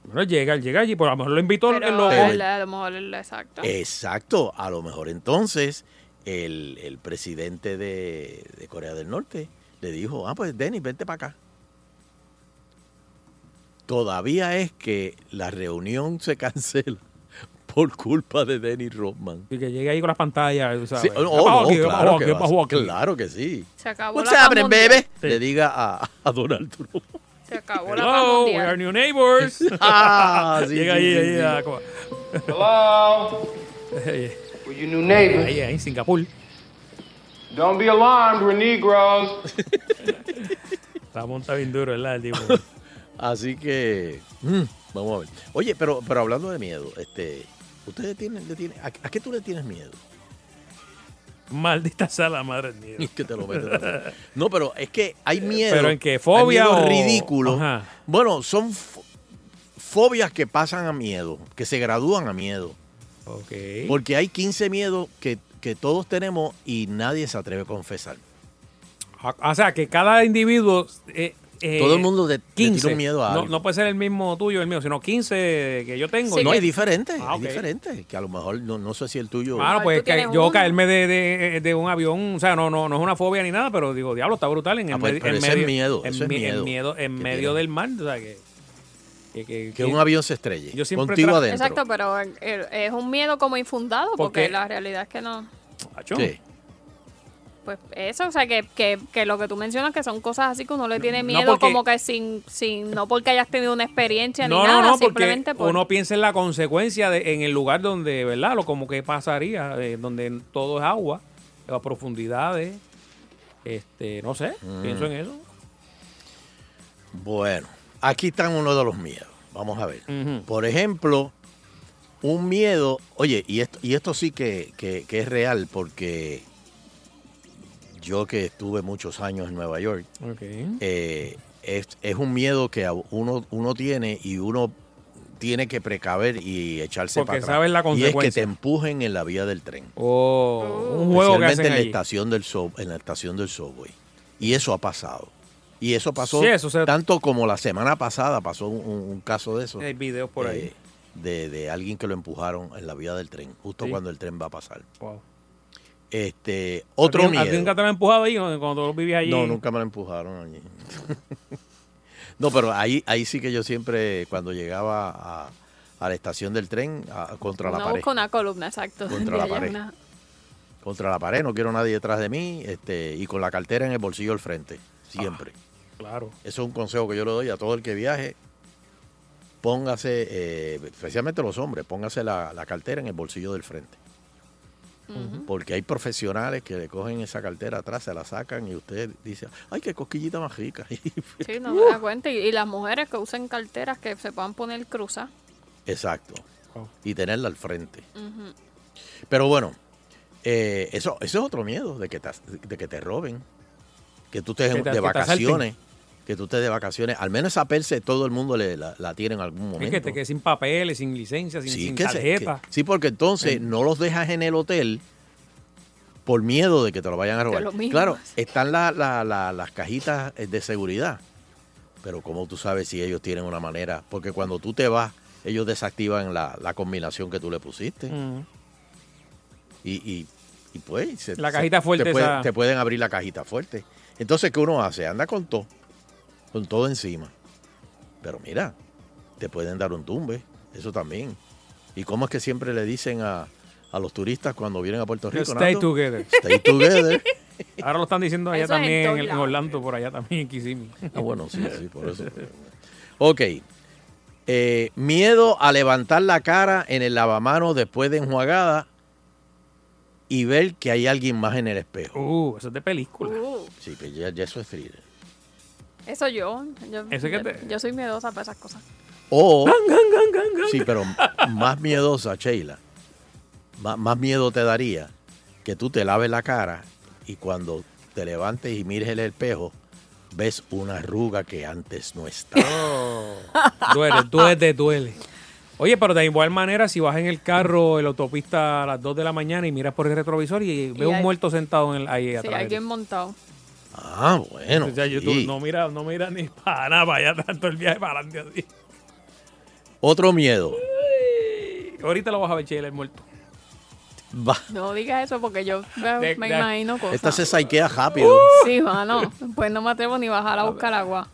Bueno, llega, él llega allí. Por lo mejor lo invitó Pero el loco. él, a lo mejor él, exacto. Eh. Exacto, a lo mejor entonces el, el presidente de, de Corea del Norte le dijo, ah, pues Denis, vente para acá. Todavía es que la reunión se cancela por culpa de Denis Rodman. Y que llegue ahí con las pantallas. tú Sí, ¿sabes? oh, no, Vamos aquí, claro vamos que aquí, va- vamos aquí. claro que sí. Se acabó What's la paz happening, mundial. baby? Le diga a, a Donald Trump. Se acabó la paz Hello, we mundial. are new neighbors. Ah, sí, Llega sí, ahí, sí, ahí, sí. a- como- Hello, Ahí, you new neighbors. ahí, en Singapur. Don't be alarmed, we're Negroes. Está montado bien duro, ¿verdad? El tipo. Así que mm, vamos a ver. Oye, pero, pero hablando de miedo, este, ustedes tienen, le tienen, ¿a, a qué tú le tienes miedo? Maldita sea la madre del miedo. Que te lo meten a ti. No, pero es que hay miedo. Eh, ¿Pero en qué? ¿Fobia hay miedo o- ridículo? Ajá. Bueno, son fo- fobias que pasan a miedo, que se gradúan a miedo. Ok. Porque hay 15 miedos que, que todos tenemos y nadie se atreve a confesar. O sea, que cada individuo. eh, eh, Todo el mundo le- le tira un miedo a no, algo. no puede ser el mismo tuyo, el mío, sino 15 que yo tengo. no, Y- hay diferentes, Ah, hay ok. diferentes, que a lo mejor no, no sé si el tuyo... Mano, pues que yo caerme de, de- de un avión, o sea, no, no, no es una fobia ni nada, pero digo, diablo, está brutal. En el Ah, pues, medi- pero en ese es medio, miedo, En, eso es mi- en miedo miedo- en que medio tiene. del mar, o sea, que. Que, que- Que que- un avión se estrelle. Yo siempre contigo tra- adentro. Exacto, pero eh, eh, es un miedo como infundado porque Porque- la realidad es que no. Macho. Sí. Pues eso, o sea, que, que, que lo que tú mencionas que son cosas así que uno le tiene no miedo porque- como que sin, sin, no porque hayas tenido una experiencia No, ni no, nada, no, porque simplemente por... uno piensa en la consecuencia de- en el lugar donde, ¿verdad? Lo como que pasaría, eh, donde todo es agua, las profundidades, este, no sé, Mm. pienso en eso. Bueno, aquí están uno de los miedos. Vamos a ver. Por ejemplo, un miedo, oye, y esto, y esto sí que, que- que es real porque yo que estuve muchos años en Nueva York, Ok. eh, es, es un miedo que a uno, uno tiene y uno tiene que precaver y echarse Porque para atrás. sabes Y la es que consecuencia. te empujen en la vía del tren. Oh, un juego que Especialmente hacen en la allí. estación del sub- en la estación del subway. Y eso ha pasado. Y eso pasó Sí, eso se- tanto como la semana pasada pasó un, un- un caso de eso. Hay videos por ahí. eh, De, de alguien que lo empujaron en la vía del tren, justo Sí. cuando el tren va a pasar. Wow. Este, otro ¿A ti- a ti miedo. nunca te lo han empujado ahí cuando cuando tú vivías allí? No, nunca me lo empujaron allí. no, pero ahí, ahí sí que yo siempre, cuando llegaba a, a la estación del tren, a- contra la Uno pared. busca una columna, exacto. Contra donde la haya pared. una- Contra la pared, no quiero nadie detrás de mí, este, y con la cartera en el bolsillo al frente, siempre. claro. Eso es un consejo que yo le doy a todo el que viaje. Póngase, eh, especialmente los hombres, póngase la, la cartera en el bolsillo del frente. Porque hay profesionales que le cogen esa cartera atrás, se la sacan y usted dice, ay, qué cosquillita más rica. Sí, no me da cuenta. Y, y las mujeres que usen carteras que se puedan poner cruzas. Exacto. Y tenerla al frente. Ujú. Pero bueno, eh, eso, eso es otro miedo, de que te, de que te roben. Que tú estés Que te- de que te asalten. vacaciones. Que tú estés de vacaciones. Al menos esa perse todo el mundo le, la, la tiene en algún Es momento. que te quedes sin papeles, sin licencia, sin, sí, sin que se- que- tarjeta. sí, porque entonces no los dejas en el hotel por miedo de que te lo vayan a robar. lo mismo. Claro, están la- la- la- las cajitas eh, de seguridad. Pero ¿cómo tú sabes si ellos tienen una manera? Porque cuando tú te vas, ellos desactivan la, la combinación que tú le pusiste. Mm. Y, y- y, pues... se- La se- cajita fuerte Te, puede- esa. te pueden abrir la cajita fuerte. Entonces, ¿qué uno hace? Anda con todo. Con todo encima. Pero mira, te pueden dar un tumbe. Eso también. ¿Y cómo es que siempre le dicen a, a los turistas cuando vienen a Puerto Rico? Stay Nando? together. Stay together. Ahora lo están diciendo allá Eso es en también, todos en, el- en lados. Orlando, por allá también, en Kissimmee. Ah, bueno, sí, sí, por eso. Ok. Eh, miedo a levantar la cara en el lavamano después de enjuagada y ver que hay alguien más en el espejo. Uh, eso es de película. Uh, Sí, que ya, ya eso es thriller. eso yo. Yo, Eso que yo- te- yo soy miedosa para esas cosas. O. Sí, pero más miedosa, Sheila. Má- más miedo te daría que tú te laves la cara y cuando te levantes y mires el espejo, ves una arruga que antes no Ah, estaba. Duele, duele, duele. Oye, pero de igual manera, si vas en el carro, en la autopista a las 2 de la mañana y miras por el retrovisor y eh, ves Y un hay- muerto sentado en el, ahí Sí, atrás. de ti. alguien montado. Ah, bueno. O sea, yo- tú sí. no mira, no mira ni para nada, para allá tanto el viaje para adelante así. Otro miedo. Ahorita lo vas a ver, Chile, el muerto. Va- No digas eso porque yo me, De- me de- imagino cosas. Esta se saikea rápido. Sí, mano. Pues no me atrevo ni bajar a buscar agua.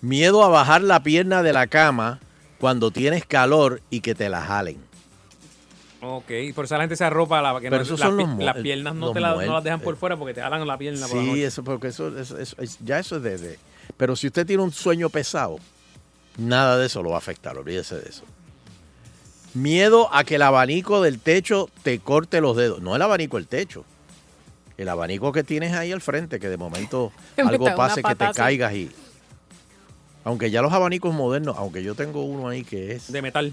Miedo a bajar la pierna de la cama cuando tienes calor y que te la jalen. Ok, por eso la gente se arropa la, que Pero no- esos las son los pi- mu- las piernas no, los te la- no muertos. las dejan por fuera porque te jalan la pierna por la Sí, noche. eso, porque eso, eso- eso- es- ya eso es de, de- Pero si usted tiene un sueño pesado, nada de eso lo va a afectar, olvídese de eso. Miedo a que el abanico del techo te corte los dedos. No el abanico del techo. El abanico que tienes ahí al frente, que de momento Te algo meta una pase que te patazo. caigas y. Aunque ya los abanicos modernos, aunque yo tengo uno ahí que es. Oh, De metal.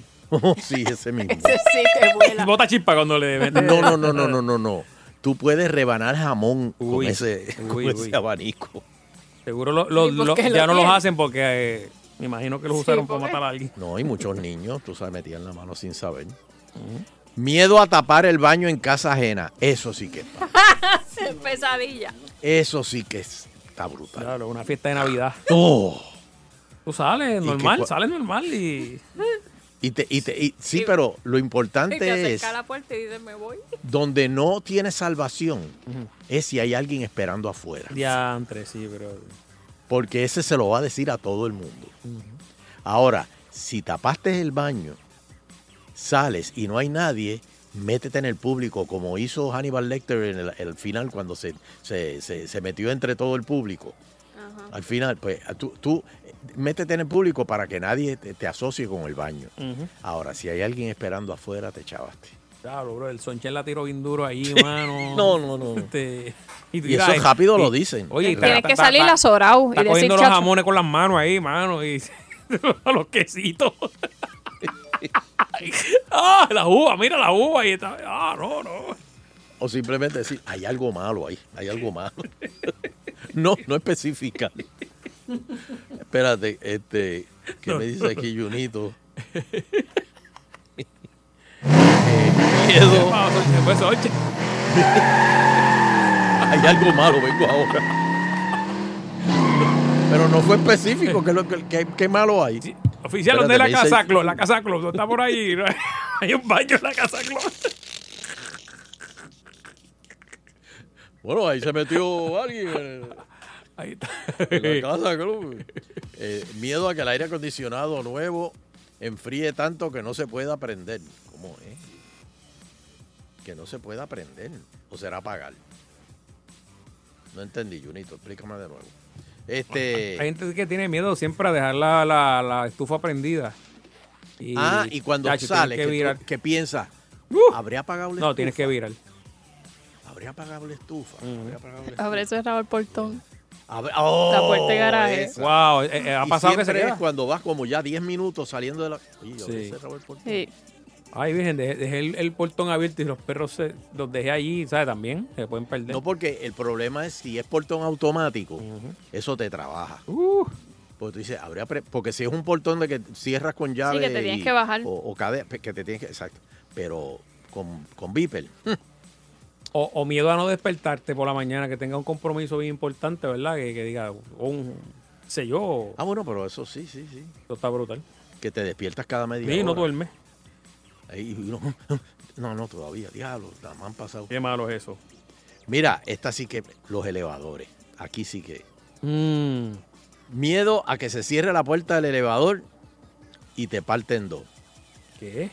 sí, ese mismo. Sí, te vuela. Bota chispa cuando le metes. No, no, no, no, no, no, no. Tú puedes rebanar jamón Uy, con ese, con uy, ese uy. abanico. Seguro lo- lo- ¿Y por lo- qué lo ya no los tiene? hacen porque eh, me imagino que los Sí, usaron para porque- matar a alguien. No, y muchos niños, tú sabes, metían la mano sin saber. Miedo a tapar el baño en casa ajena. Eso sí que, Pesadilla. eso sí que está brutal. Claro, una fiesta de Navidad. Oh, Tú sales que normal, cua- sales normal y... y te, y te- y- sí, pero lo Y te importante es, acerca a la puerta y dices, me voy. donde no tiene salvación, es si hay alguien esperando afuera. Diantre, sí, pero... Porque ese se lo va a decir a todo el mundo. Ahora, si tapaste el baño, sales y no hay nadie, métete en el público, como hizo Hannibal Lecter en el, el final cuando se, se- se- se metió entre todo el público. Al final, pues tú, tú, eh, métete en el público para que nadie te, te asocie con el baño. Ahora, si hay alguien esperando afuera, te chavaste. Claro, bro, el Sonchen la tiró bien duro ahí, mano. No, no, no. Este, tú Y eso dirás, rápido lo y- dicen. Oye, Tienes que salir la Sorau y Está decir, cogiendo los "Chacho". jamones con las manos ahí, mano, y los quesitos. ah, la uva, mira la uva y está. Ah, no, no. O simplemente decir, hay algo malo ahí, hay algo malo. no, no especifica. Espérate, este, ¿qué No, me dice no. aquí Junito? ¿Qué miedo. pasó, Sonchen? Pues, Sonchen. Hay algo malo, vengo ahora. Pero no fue específico, ¿qué, es lo que- qué- qué malo hay? Oficial, Espérate, ¿dónde es la me dice- casa Club? La casa Club, está por ahí. Hay un baño en la casa Club. Bueno, ahí se metió alguien. eh, Ahí está. en la casa Club. Eh, miedo a que el aire acondicionado nuevo enfríe tanto que no se pueda prender. ¿Cómo es? Que no se pueda prender. ¿O será apagar? No entendí, Junito. Explícame de nuevo. Este. Ah, Hay gente que tiene miedo siempre a dejar la, la- la estufa prendida. ah, y cuando Chacho, tienes sale, que que, virar. Uh. tú- que piensa, ¿habría apagado la No, tienes que estufa? virar. ¿Habría apagado la estufa? ¿Habría apagado la Habré cerrado el portón. Abre- ¡Oh! La puerta de garaje. esa. Wow, eh, eh, ha Y pasado que se siempre queda. es cuando vas como ya 10 minutos saliendo de la. Oye, yo Sí. le cerraba el portón. Sí. Ay, virgen, dejé, dejé el, el portón abierto y los perros se, los dejé allí, ¿sabes? También se pueden perder. No, porque el problema es si es portón automático, eso te trabaja. Uh. Porque tú dices, habría pre- porque si es un portón de que cierras con llave. que te tienes y- que bajar. O, o cadena, que te tienes que. Exacto. Pero con, con Viper. O, o miedo a no despertarte por la mañana, que tenga un compromiso bien importante, ¿verdad? Que, que diga, o un, sé yo, Ah, bueno, pero eso sí, sí, sí. esto está brutal. Que te despiertas cada media Sí, no hora. duerme. Ahí uno, no, no, todavía, diablo, la me han pasado. Qué malo es eso. Mira, esta sí que, los elevadores, aquí sí que. Mm. Miedo a que se cierre la puerta del elevador y te parten dos. ¿Qué?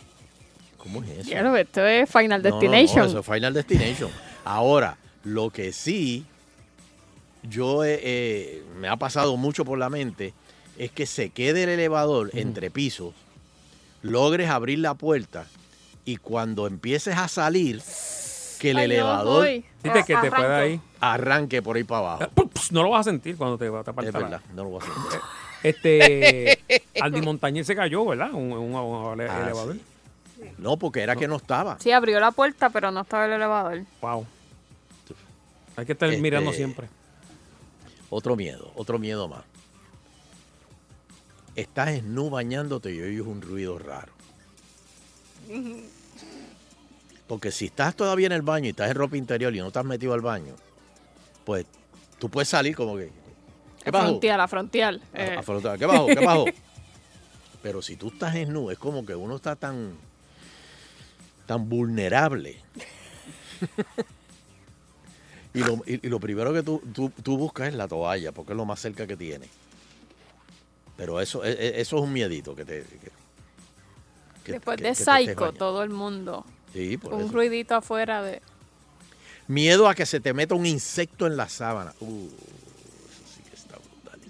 ¿Cómo es eso? Claro, esto es Final No, no, no, Destination. eso es Final Destination. Ahora, lo que sí, yo eh, eh, me ha pasado mucho por la mente, es que se quede el elevador entre pisos, logres abrir la puerta y cuando empieces a salir, que el Ay, no, elevador voy. Viste que te pueda ahí. arranque por ahí para abajo. Pum, pss, No lo vas a sentir cuando te va a tapar Es la- verdad, no lo voy a hacer. Este, Andy Montañez se cayó, ¿verdad? Un, un- un Ah, elevador. No, porque era que no estaba. Sí, abrió la puerta, pero no estaba el elevador. Wow. Hay que estar Este, mirando siempre. Otro miedo, otro miedo más. Estás en nu bañándote y oyes un ruido raro. Porque si estás todavía en el baño y estás en ropa interior y no estás metido al baño, pues tú puedes salir como que. la ¿Qué pasó? Ah, frontal, la frontal. eh. A- a frotar, ¿Qué bajo? ¿Qué bajo? Pero si tú estás en nu, es como que uno está tan, tan vulnerable. y, lo, y- y lo primero que tú, tú- tú buscas es la toalla, porque es lo más cerca que tienes. Pero eso, e- e- eso es un miedito que te. que- que- Después que- de que te estés Psycho, bañando. todo el mundo. Sí, por un eso. ruidito afuera de. Miedo a que se te meta un insecto en la sábana. Uh, eso sí que está brutal.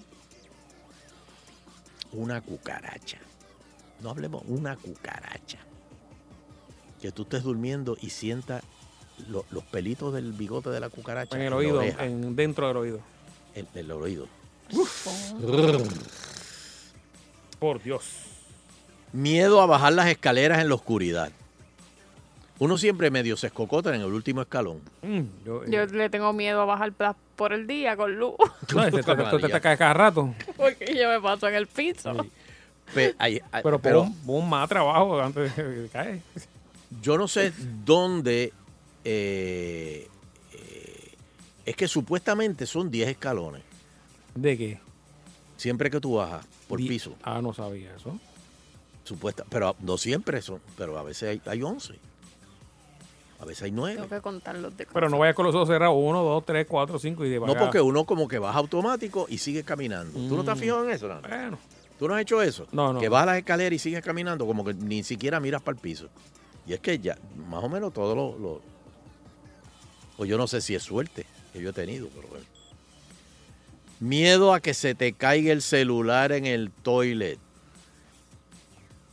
Una cucaracha. No hablemos, una cucaracha. Que tú estés durmiendo y sienta lo- los pelitos del bigote de la cucaracha. En el la oído, oreja, en, dentro del oído. en el oído. Por Dios. Miedo a bajar las escaleras en la oscuridad. Uno siempre medio se escocota en el último escalón. Mm, yo, Yo le tengo miedo a bajar pla- por el día con luz. No, este- este- este- este- cada- cada rato. Porque yo me paso en el piso. Pe- ahí- ahí- Pero, pero- pon, pon más trabajo antes de que cae. Yo no sé dónde. eh, eh, es que supuestamente son 10 escalones. ¿De qué? Siempre que tú bajas por Di- piso. Ah, no sabía eso. Supuesta, pero no siempre son. Pero a veces hay, hay 11. A veces hay 9. Tengo que contar los de Pero no vayas con los ojos cerrados. Uno, dos, tres, cuatro, cinco y de No porque uno como que baja automático y sigue caminando. ¿Tú no estás Mm. fijado en eso, Nando? Bueno. ¿Tú no has hecho eso? No, no. Que bajas las escaleras y sigues caminando como que ni siquiera miras para el piso. Y es que ya, más o menos todo lo... lo- o yo no sé si es suerte que yo he tenido, pero bueno. Miedo a que se te caiga el celular en el toilet.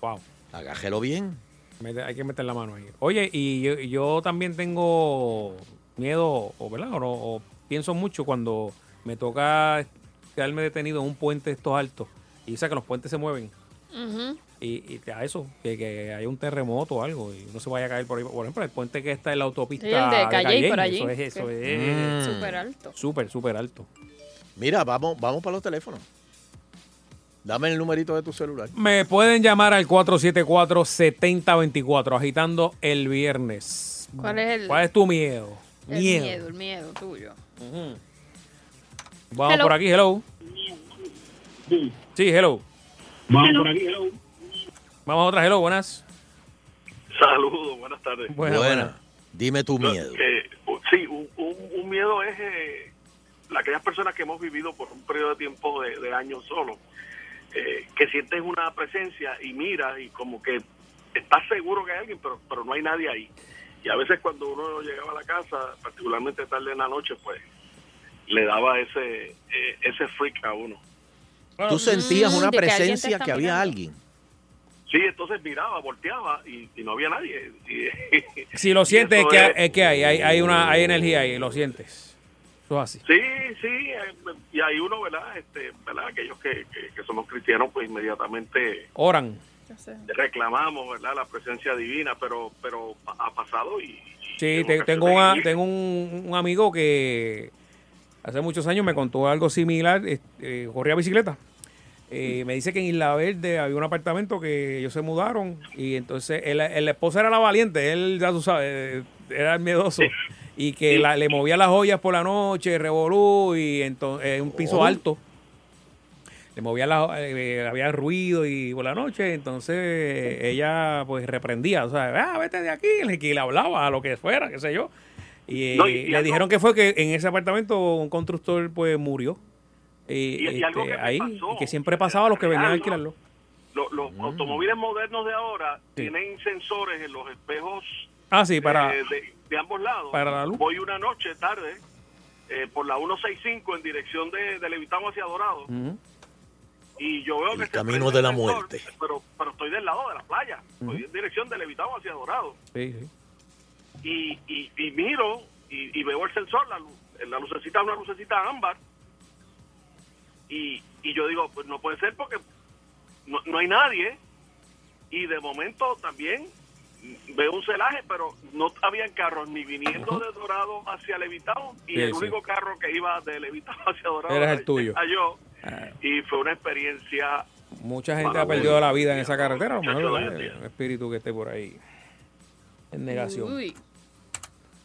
Wow. Agájelo bien. Mete- Hay que meter la mano ahí. Oye, y yo, y yo también tengo miedo, o, ¿verdad? O, no, o pienso mucho cuando me toca quedarme detenido en un puente de estos altos. Y dice que los puentes se mueven. Ujú. Y, y a eso, que, que haya un terremoto o algo y no se vaya a caer por ahí. Por ejemplo, el puente que está en la autopista. Sí, el de Calle, por allí. Eso es, eso que- es. Súper alto. Súper, súper alto. Mira, vamos, vamos para los teléfonos. Dame el numerito de tu celular. Me pueden llamar al 474-7024, agitando el viernes. ¿Cuál es el- ¿Cuál es tu miedo? El miedo. el miedo tuyo. Vamos Hello. por aquí, hello. Sí, hello. Vamos Hello. por aquí, hello. Vamos a otra, hello, buenas. Saludos, buenas tardes. Buena, Dime tu miedo. Eh, u- sí, un, un- un miedo es eh, la- aquellas personas que hemos vivido por un periodo de tiempo de, de años solo, eh, que sientes una presencia y miras y como que estás seguro que hay alguien, pero, pero no hay nadie ahí. Y a veces cuando uno llegaba a la casa, particularmente tarde en la noche, pues le daba ese, eh, ese freak a uno. Tú sentías Mm, una de que alguien te presencia está que había mirando. alguien. Sí, entonces miraba, volteaba y, y no había nadie. Y- Si lo sientes, es eso que, es. es que hay, hay, hay una, hay energía ahí, lo sientes. Eso es así. Sí, sí, eh, y hay uno, ¿verdad? Este, ¿verdad? Aquellos que, que- que somos cristianos, pues inmediatamente Oran. reclamamos, ¿verdad? La presencia divina, pero pero pa- ha pasado y Sí, te- tengo, una- tengo un, un amigo que hace muchos años me contó algo similar. es- eh, corría bicicleta. Eh, me dice que en Isla Verde había un apartamento que ellos se mudaron y entonces el, el esposo era la valiente, él ya tú sabes, eh, era el miedoso y que la- le movía las ollas por la noche, revolú y entonces un piso Oh. alto. Le movía las eh, había ruido y por la noche, entonces ella pues reprendía, o sea, ah, vete de aquí, le, que le hablaba a lo que fuera, qué sé yo. Y, No, y- eh, y le algo- dijeron que fue que en ese apartamento un constructor pues murió. Eh, Y- y algo este, que me ahí, y que siempre pasaba a los que venían a real, alquilarlo. Lo- los automóviles modernos de ahora Mm. Sí. tienen sensores en los espejos Ah, sí, para- de, Eh, de- de ambos lados. para la luz. Voy una noche tarde eh, por la 165 en dirección de, de Levitamo hacia Dorado y yo veo que El se camino prende de la el sensor, muerte. Pero, pero estoy del lado de la playa, estoy en dirección de Levitamo hacia Dorado Sí, sí. y, y, y miro y, y veo el sensor, la, lu- la lucecita, una lucecita ámbar. Y, y yo digo, pues no puede ser porque no, no hay nadie. Y de momento también veo un celaje, pero no habían carros ni viniendo de Dorado hacia Levitado. Y Sí, el sí. único carro que iba de Levitado hacia Dorado Era el tuyo. era yo. Ah, Y fue una experiencia mucha gente ha Mala perdido buena. la vida en esa carretera, a lo Muchacho, mejor hoy en ¿verdad? el espíritu que esté por ahí en negación. Uy.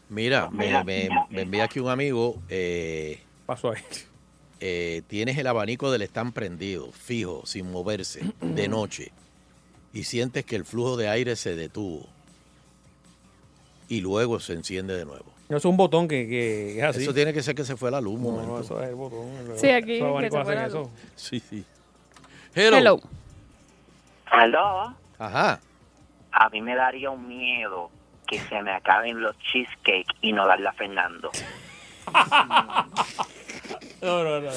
Mira, me, me- me envía aquí un amigo. Eh, Pasó ahí. tienes el abanico del stand prendido, fijo, sin moverse, de noche. Y sientes que el flujo de aire se detuvo. Y luego se enciende de nuevo. Eso es un botón que, que ¿Ah, es así. Eso tiene que ser que se fue la luz. un No, momento. no, eso es el botón. Sí, aquí, Esos que abanicos se fue la hacen luz. eso. Sí, sí. Hello. Aló, Ajá. a mí me daría un miedo que se me acaben los cheesecake y no darle a Fernando. No, no, no. no, no,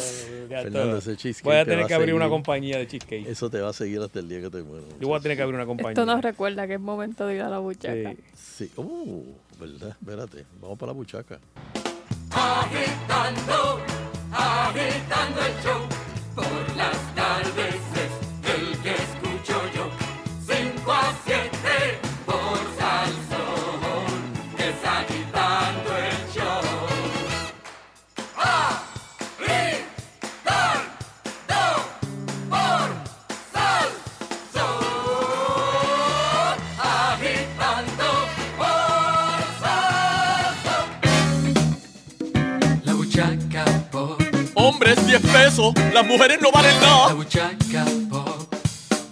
ya Fernando, todo. ese cheesecake Voy a te tener va que abrir seguir. una compañía de cheesecake. Eso te va a seguir hasta el día que te mueras. Yo voy a tener que abrir una compañía. Esto nos recuerda que es momento de ir a la buchaca. Sí. Uh, ¿verdad? Espérate. Vamos para la buchaca. Agitando, agitando el show. Por las tardes es el que escucho yo. 5 a 7 por Salsón. Es agitando el show. Agitando por Salsón. Agitando por Salsón. La buchaca pop. Hombres 10 pesos, las mujeres no valen nada. La buchaca pop.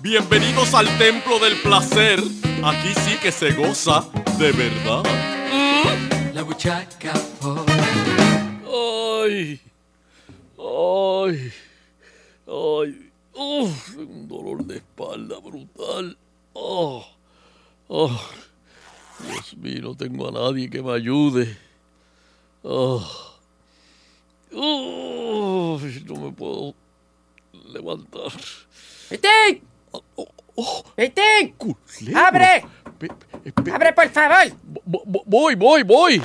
Bienvenidos al templo del placer. Aquí sí que se goza de verdad. La buchaca pop. Ay, ay, ay. Uf, un dolor de espalda brutal. Oh, oh. Dios mío, no tengo a nadie que me ayude. Oh. Uy, no me puedo levantar. Ah, oh, ¡Vete! ¡Vete! ¡Abre! Abre, por favor. Voy, voy, voy.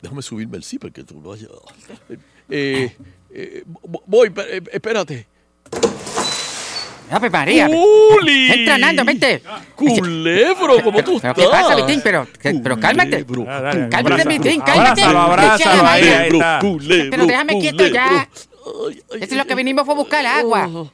Déjame subirme el zipper que tú lo has llevado. Eh, eh, vo- voy, pe- eh, espérate. Ave María. ¡Culi! Entra, Nando, vente. ¡Culebro! ¿Cómo tú ¿Pero estás? qué pasa, Vitín? Pero, que- pero cálmate. Ah, Cálmate, abrázalo, Vitín, cálmate. abrázalo, abrázalo, Echa la ahí, mano. ahí está. Culebro, Pero déjame quieto ya. Eso es lo que vinimos fue a buscar Oh. agua.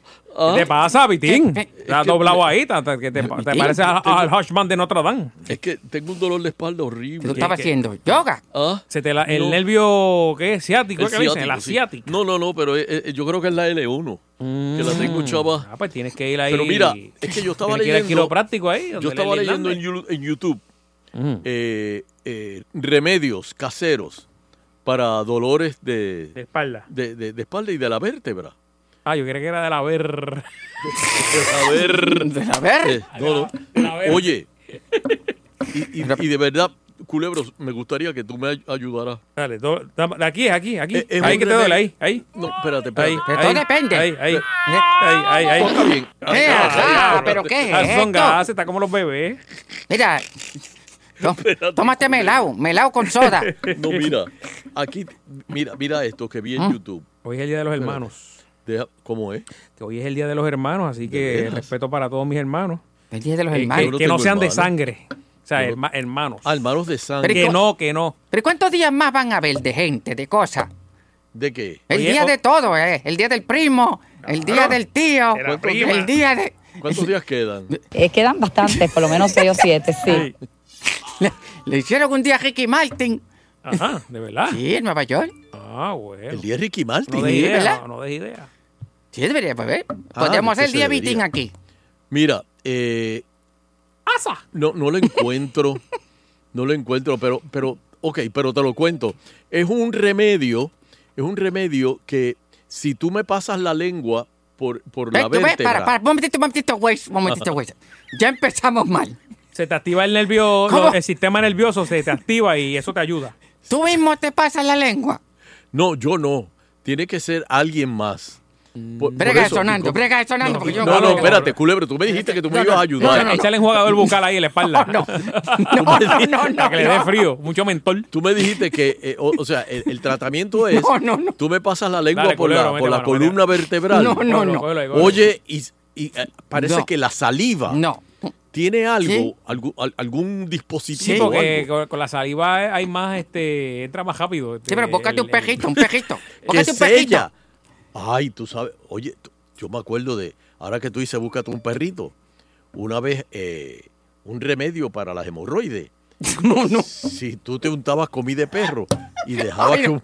¿Qué te pasa, Vitín? Eh, Te has doblado ahí. ta- ta- que te, te Vitín, pareces a- tengo- al Hushman de Notre Dame. Es que tengo un dolor de espalda horrible. ¿Qué- qué- ¿Yoga? Se te la- el No. nervio, ¿qué es? Ciático, ¿qué le dicen? El sí. asiático. No, no, no, pero eh, eh, yo creo que es la L1. Que la tengo, chava. Ah, pues tienes que ir ahí. Pero mira, es que yo estaba Tienes que ir al leyendo. quiropráctico ahí, donde Yo estaba Lely leyendo en, Hernández. Yu- en YouTube Mm. eh, eh, remedios caseros para dolores de, De espalda. de, de- de espalda y de la vértebra. Ah, yo creía que era de la ver. A ver. De la ver- Eh, no, no. de la ver- Oye, y, y- y de verdad, Culebros, me gustaría que tú me ay- ayudaras. Dale, do- dam- aquí, aquí, aquí. Eh, es ahí un que te duele, remedio. ahí, ahí. No, espérate, espérate. Ahí, Pero ahí, todo depende. Ahí, ahí. Eh. Ahí, ahí, ahí. Está bien. Ahí, Eh, ahí, ajá, ahí. ¿pero qué es Ah, Son esto? gases, está como los bebés. Mira. tó- Tómate melao, melao con soda. No, mira, aquí, mira, mira esto que vi Ah. en YouTube. Hoy es el Día de los Hermanos. Deja- ¿Cómo es? Que hoy es el Día de los Hermanos, así ¿De que veras? respeto para todos mis hermanos. El Día de los Que- Hermanos. Que, Yo no que no tengo sean de hermanos. sangre. O sea, Yo herma- hermanos. Ah, hermanos de sangre. Que no, que no. ¿Pero cuántos días más van a haber de gente, de cosas? ¿De qué? El Oye, día oh, o- de todo, ¿eh? El día del primo, el día del tío, Era prima. el día de... ¿Cuántos días quedan? Eh, quedan bastantes, por lo menos seis o siete, sí. Le hicieron un día a Ricky Martin. Ajá, de verdad. Sí, en Nueva York. Ah, bueno. El día de Ricky Martin. No des Sí, idea, ¿verdad? no, no des idea. Sí, debería haber. Ah, Podríamos ¿de qué hacer el se día debería? Vitín aquí. Mira, eh, ¡Asa! no, no lo encuentro. no lo encuentro, pero, pero, ok, pero te lo cuento. Es un remedio, es un remedio que si tú me pasas la lengua por, por Ve, la tú ves, vértebra. para, para, un momentito, un momentito, güey, un momentito, güey. Ya empezamos mal. Se te activa el nervio, ¿Cómo? no, el sistema nervioso se te activa y eso te ayuda. Tú mismo te pasas la lengua. No, yo no. Tiene que ser alguien más. Por- por Mm. Brega eso, sonando, Kiko. brega sonando. porque yo No, no, Brega. espérate, culebro, tú me dijiste que tú me ibas a ayudar. Échale enjuagador bucal ahí en la espalda. No, no, no, no, Para que le dé no. frío, mucho mentol. Tú me dijiste que, eh, o, o sea, el, el tratamiento es, No, no, no. tú me pasas la lengua Dale, por la, culebro, por la mete mano, columna vertebral. No, no, Cógelo, no. cógelo ahí, cógelo. Oye, y, y, eh, parece No. que la saliva No. tiene Sí. algo, algún, al- algún Sí, dispositivo. o porque algo. con, con la saliva hay más, este, entra más rápido. este, Sí, pero bócate un el- el- pejito, un pejito. que Bócate un pejito. sella. Ay, tú sabes, oye, tú- yo me acuerdo de, ahora que tú dices, búscate un perrito. Una vez, eh, un remedio para las hemorroides. No, no. Si tú te untabas comida de perro y dejabas Ay, que no. un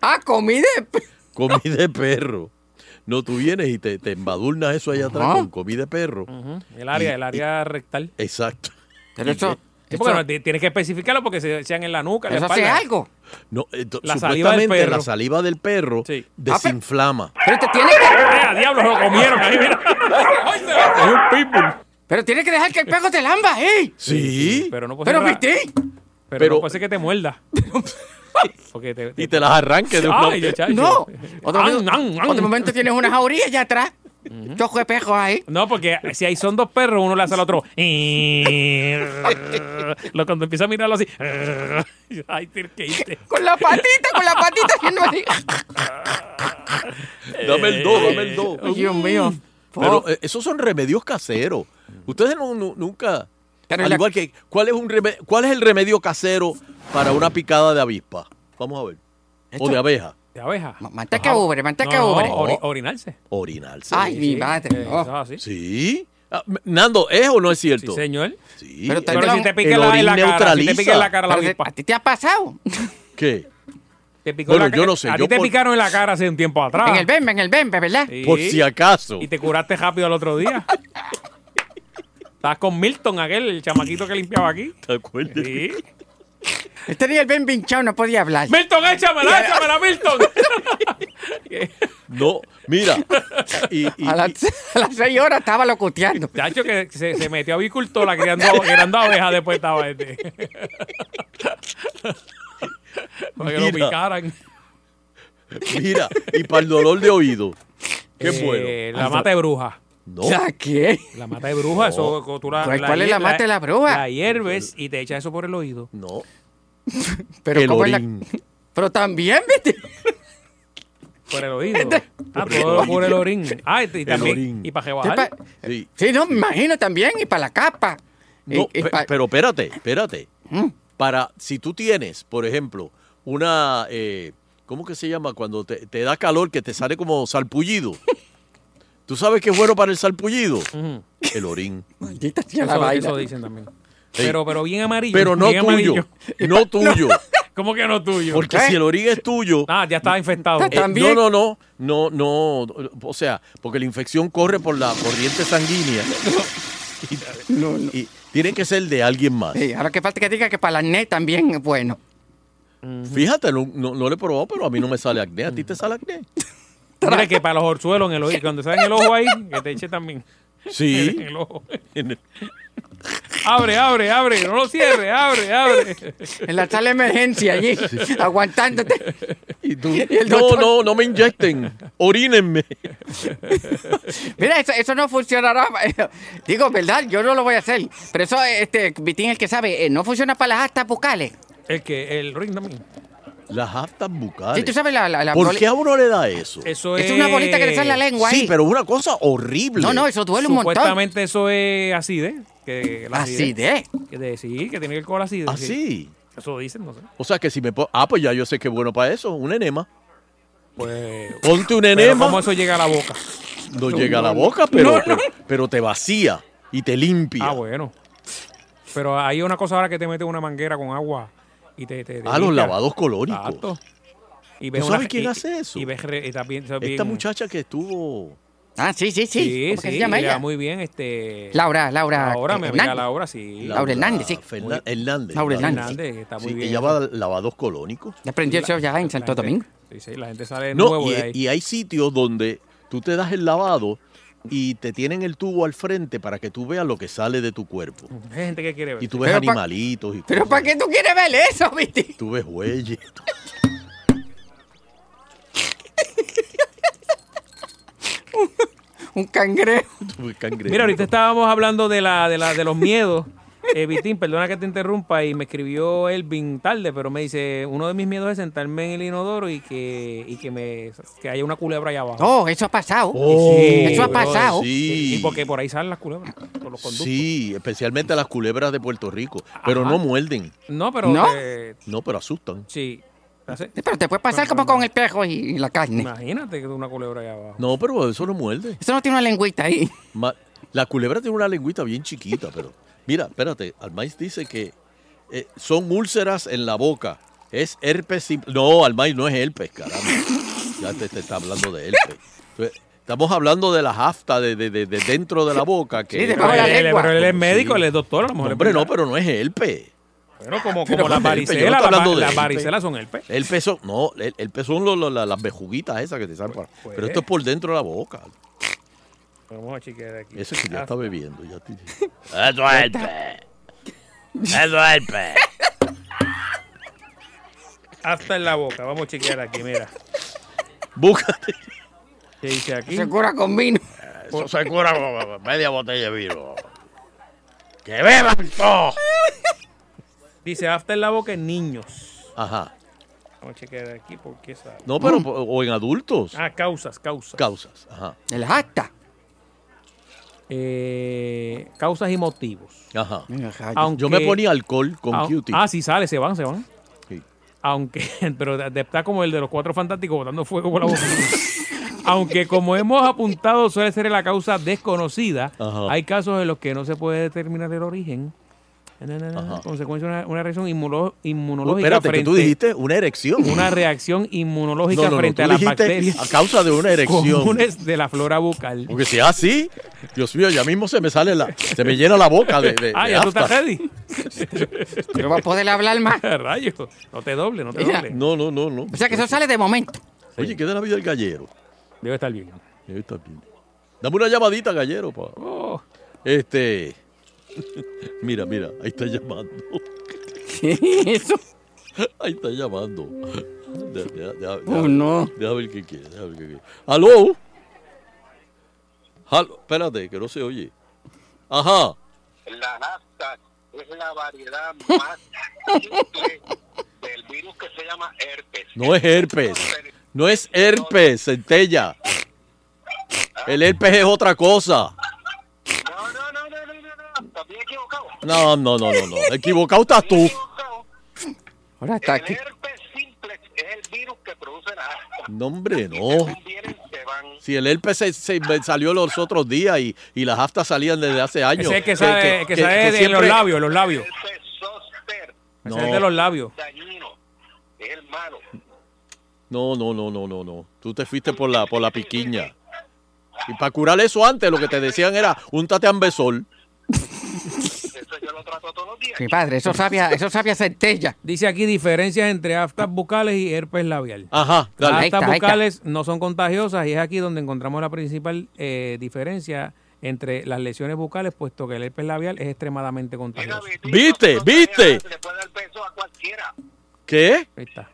Ah, comida. de pe- comida de perro. No, tú vienes y te, te embadurnas eso allá atrás Ajá. con comida de perro. El área, Y- el área rectal. Exacto. Pero eso, Sí, porque no, eso, ti- tienes que especificarlo porque se sean en la nuca, en la eso hace espalda. algo. No, ento- La saliva del supuestamente perro. la saliva del perro Sí. Ah, desinflama. Pero te tienes que, ¡Eh, a diablos, lo comieron ahí, mira! ¡Es un pitbull! pero tienes que dejar que el perro te lamba, ¿eh? Sí. Pero Pues no puede Pero, ser ra- Vitín, pero, pero- no puede ser que te muerda. Porque te, Y te las arranque de una ¡Ay, ya, chacho! no. Otro, An, momento, an, an. otro momento tienes unas jaurías allá atrás. Choco de perros ahí. No, porque si ahí son dos perros, uno le hace al otro. Lo- Cuando empieza a mirarlo así. Ay, tienes que irte. Con la patita, con la patita haciendo así. Dame el do, dame el do. Ay, Dios mío. Pero eh, esos son remedios caseros. Ustedes no, nu- nunca. Pero al la- igual que, ¿cuál es, un reme- ¿cuál es el remedio casero para una picada de avispa? Vamos a ver. O de abeja. De abeja. Ma- Manteca ubre, manteca No, no, ubre. ori- orinarse. Orinarse. Ay, mi madre. Oh, Eh, no. eso es así. Sí. Ah, m- Nando, ¿es o no es Sí, cierto? señor. Sí. Pero te- Pero si te pica El la, orín en la cara, si te neutraliza. pica en la cara la Pero te- avispa. ¿A ti te ha pasado? ¿Qué? Te picó Bueno, la- yo no sé, A ti yo te por- picaron en la cara hace un tiempo atrás. En el bembe, en el bembe, ¿verdad? Ah. Sí. Por si acaso. Y te curaste rápido al otro día. Estabas con Milton, aquel, el chamaquito que limpiaba aquí. ¿Te acuerdas? Sí. Él tenía Este el bembe hinchado, no podía hablar. Milton, échamela, échamela, Milton. No, mira. Y, y- A, las, a las seis horas estaba locuteando. Chacho que se, se metió a avicultora criando, criando abejas después estaba este. Para que lo Mira, picaran. mira, y para el dolor de oído. Qué Eh, bueno. Ah, La mata de bruja. No. ¿La qué? La mata de bruja, eso tú la, ¿Cuál- cuál es la hier- mata de la bruja? La hierves y te echas eso por el oído. No. Pero ¿cómo es la- Pero también, viste. Por el oído. Este- ah, por, por el orín. Ah, y, y El también. orín. Y para Sí, rebajar. Este pa- sí. no, me imagino también, y para la capa. Eh, No, Y- y pe- pa- pero espérate, espérate. Mm. Para, si tú tienes, por ejemplo, una, eh, ¿cómo que se llama? Cuando te, te da calor que te sale como salpullido. ¿Tú sabes qué es bueno para el salpullido? Ujú. El orín. Maldita sea la Eso- vaina. eso dicen también. Sí. Pero, pero bien amarillo. Pero no bien tuyo. amarillo. No tuyo. ¿Cómo que no tuyo? Porque si el orín es tuyo. Ah, ya está infectado. Eh, no, no, no, no, no. O sea, porque la infección corre por la corriente sanguínea. Y, y tiene que ser de alguien más. Sí, ahora que falta que diga que para la acné también es bueno. Fíjate, no, no, no le he probado, pero a mí no me sale acné. ¿A ti te sale acné? Mira que para los orzuelos en el oído. Cuando salen el ojo ahí, que te eche también. Sí. En el ojo. Abre, abre, abre. No lo cierres. Abre, abre. En la sala de emergencia allí, aguantándote. Y tú, el no, doctor- no, no me inyecten. Orínenme. Mira, eso, eso no funcionará. Digo, ¿verdad? Yo no lo voy a hacer. Pero eso, este, Vitín, el que sabe, eh, no funciona para las astas bucales. El que, el ring también. Las aftas bucales. Sí, tú sabes la- la- la ¿Por prole- qué a uno le da eso? Eso Es una bolita que le sale en la lengua Sí, ahí. pero es una cosa horrible. No, no, eso duele un montón. Supuestamente eso es acidez. Que la Acidez. Que de- sí, que tiene que ver con la acidez. ¿Ah, sí? Eso dicen, no sé. O sea, que si me... po- Ah, pues ya yo sé que es bueno para eso. Un enema. Pues... Ponte un Pero enema. ¿Cómo eso llega a la boca? No llega a la boca, pero, No, no. pero, pero te vacía y te limpia. Ah, bueno. Pero hay una cosa ahora que te metes una manguera con agua y te... te, te Ah, los limpia. lavados colóricos. Exacto. Y ¿Tú sabes quién hace eso? Y ves re- y también- Esta también- muchacha que estuvo... Ah, sí, sí, sí. Sí, ¿Cómo que sí, se llama y le va ella? muy bien, este... Laura, Laura. Laura, mi eh, amiga Hernández. Laura, sí. Laura Hernández, sí. Fernan- Hernández. Laura Hernández. Hernández, está muy Sí, bien. Ella va a lavados colónicos. Ya aprendió eso ya en Santo Domingo. Sí, sí, la gente sale de No, nuevo y, de ahí. y hay sitios donde tú te das el lavado y te tienen el tubo al frente para que tú veas lo que sale de tu cuerpo. Hay gente que quiere ver. Y tú ves Pero pa- animalitos y Pero cosas, ¿para qué tú quieres ver eso, Vitín? tú ves huellas. Un cangrejo. tú ves cangrejos. Mira, ahorita estábamos hablando de, la, de, la, de los miedos. Eh, Vitín, perdona que te interrumpa y me escribió Elvin tarde, pero me dice, uno de mis miedos es sentarme en el inodoro y que, y que me que haya una culebra allá abajo. Oh, eso ha pasado. eso ha brother, pasado. Oh, sí. Y, y porque por ahí salen las culebras, por los conductos. Sí, especialmente las culebras de Puerto Rico. Pero no muerden. No, pero ¿No? te- No, pero asustan. sí. Hace- Eh, Pero te puede pasar como con el pejo y, y la carne. Imagínate que una culebra allá abajo. No, pero eso no muerde. Eso no tiene una lengüita ahí. Ma- La culebra tiene una lengüita bien chiquita, pero... Mira, espérate, Almais dice que eh, son úlceras en la boca. Es herpes... sim- No, Almais no es herpes, caramba. Ya te, te está hablando de herpes. Entonces, estamos hablando de las aftas de, de- de- de dentro de la boca. Que Sí, debajo de la Pero él- lengua. pero él es médico, él es doctor, a lo mejor No, es hombre, no, verdad. pero no es herpes. Bueno, como, Pero como las herpes, yo no estoy varicelas, las, hablando va- de las herpes. varicelas son el pe. El peso, no, el, el peso son lo- lo- la- las bejuguitas esas que te salen para- Pues, Pero esto es por dentro de la boca. Vamos a chequear aquí. Ese que ya está bebiendo. Ya te- Eso es el pe. Eso es el pe. Hasta en la boca, vamos a chequear aquí, mira. Búscate. ¿Qué dice aquí? Se cura con vino. Eso se cura con media botella de vino. ¡Que beban todos! Dice after la boca en niños. Ajá. Vamos a chequear aquí porque sabe. No, pero o en adultos. Mm. Ah, causas, causas. Causas. Ajá. El hasta. Eh, causas y motivos. Ajá. Aunque- Yo me ponía alcohol con Au- Cutie. Ah, sí, sale, se van, se van. Sí. Aunque, pero de- de- está como el de los cuatro fantásticos botando fuego por la boca. Aunque como hemos apuntado suele ser la causa desconocida, Ajá. hay casos en los que no se puede determinar el origen. Na, na, na, na, Consecuencia de una, una reacción inmulo- No, inmunológica espérate, que frente tú dijiste una erección. una reacción inmunológica No, no, no, frente tú a las dijiste bacterias a causa de una erección. comunes de la flora bucal. Porque si es así, Dios mío, ya mismo se me sale la, se me llena la boca de, de- ah, de ya tú estás aftas. ready. No va a poder hablar más. Rayos, no te doble, no te Mira. doble. No, no, no, no. O sea que eso sale de momento. Oye, ¿qué de la vida del gallero? Debe estar bien. Debe estar bien. Dame una llamadita, gallero, pa. Oh. Este. Mira, mira, ahí está llamando. eso? Ahí está llamando. Deja, deja- deja- Oh, no. deja ver qué quiere, deja ver qué quiere. ¡Aló! Halo, espérate, que no se oye. Ajá. La nafta es la variedad más simple del virus que se llama herpes. No es herpes. No es herpes, centella. El herpes es otra cosa. No, no, no, no, no. Equivocado estás tú. Ahora está aquí. No, hombre, no. Si el herpes se, se inve- salió los otros días y, y las aftas salían desde hace años. Ese es que sabe, que, sabe de los siempre- labios, los labios. No. Ese es de los labios. No, no, no, no, no, no. Tú te fuiste por la, por la piquiña. Y para curar eso antes, lo que te decían era, úntate ambesol. Mi padre, eso sabía, eso sabía centella. Dice aquí diferencias entre aftas bucales y herpes labial. Ah, Ajá, dale. Las Ahí está, aftas ahí está. bucales no son contagiosas y es aquí donde encontramos la principal eh, diferencia entre las lesiones bucales, puesto que el herpes labial es extremadamente contagioso. ¿Viste? ¿Viste? ¿Qué? Ahí está.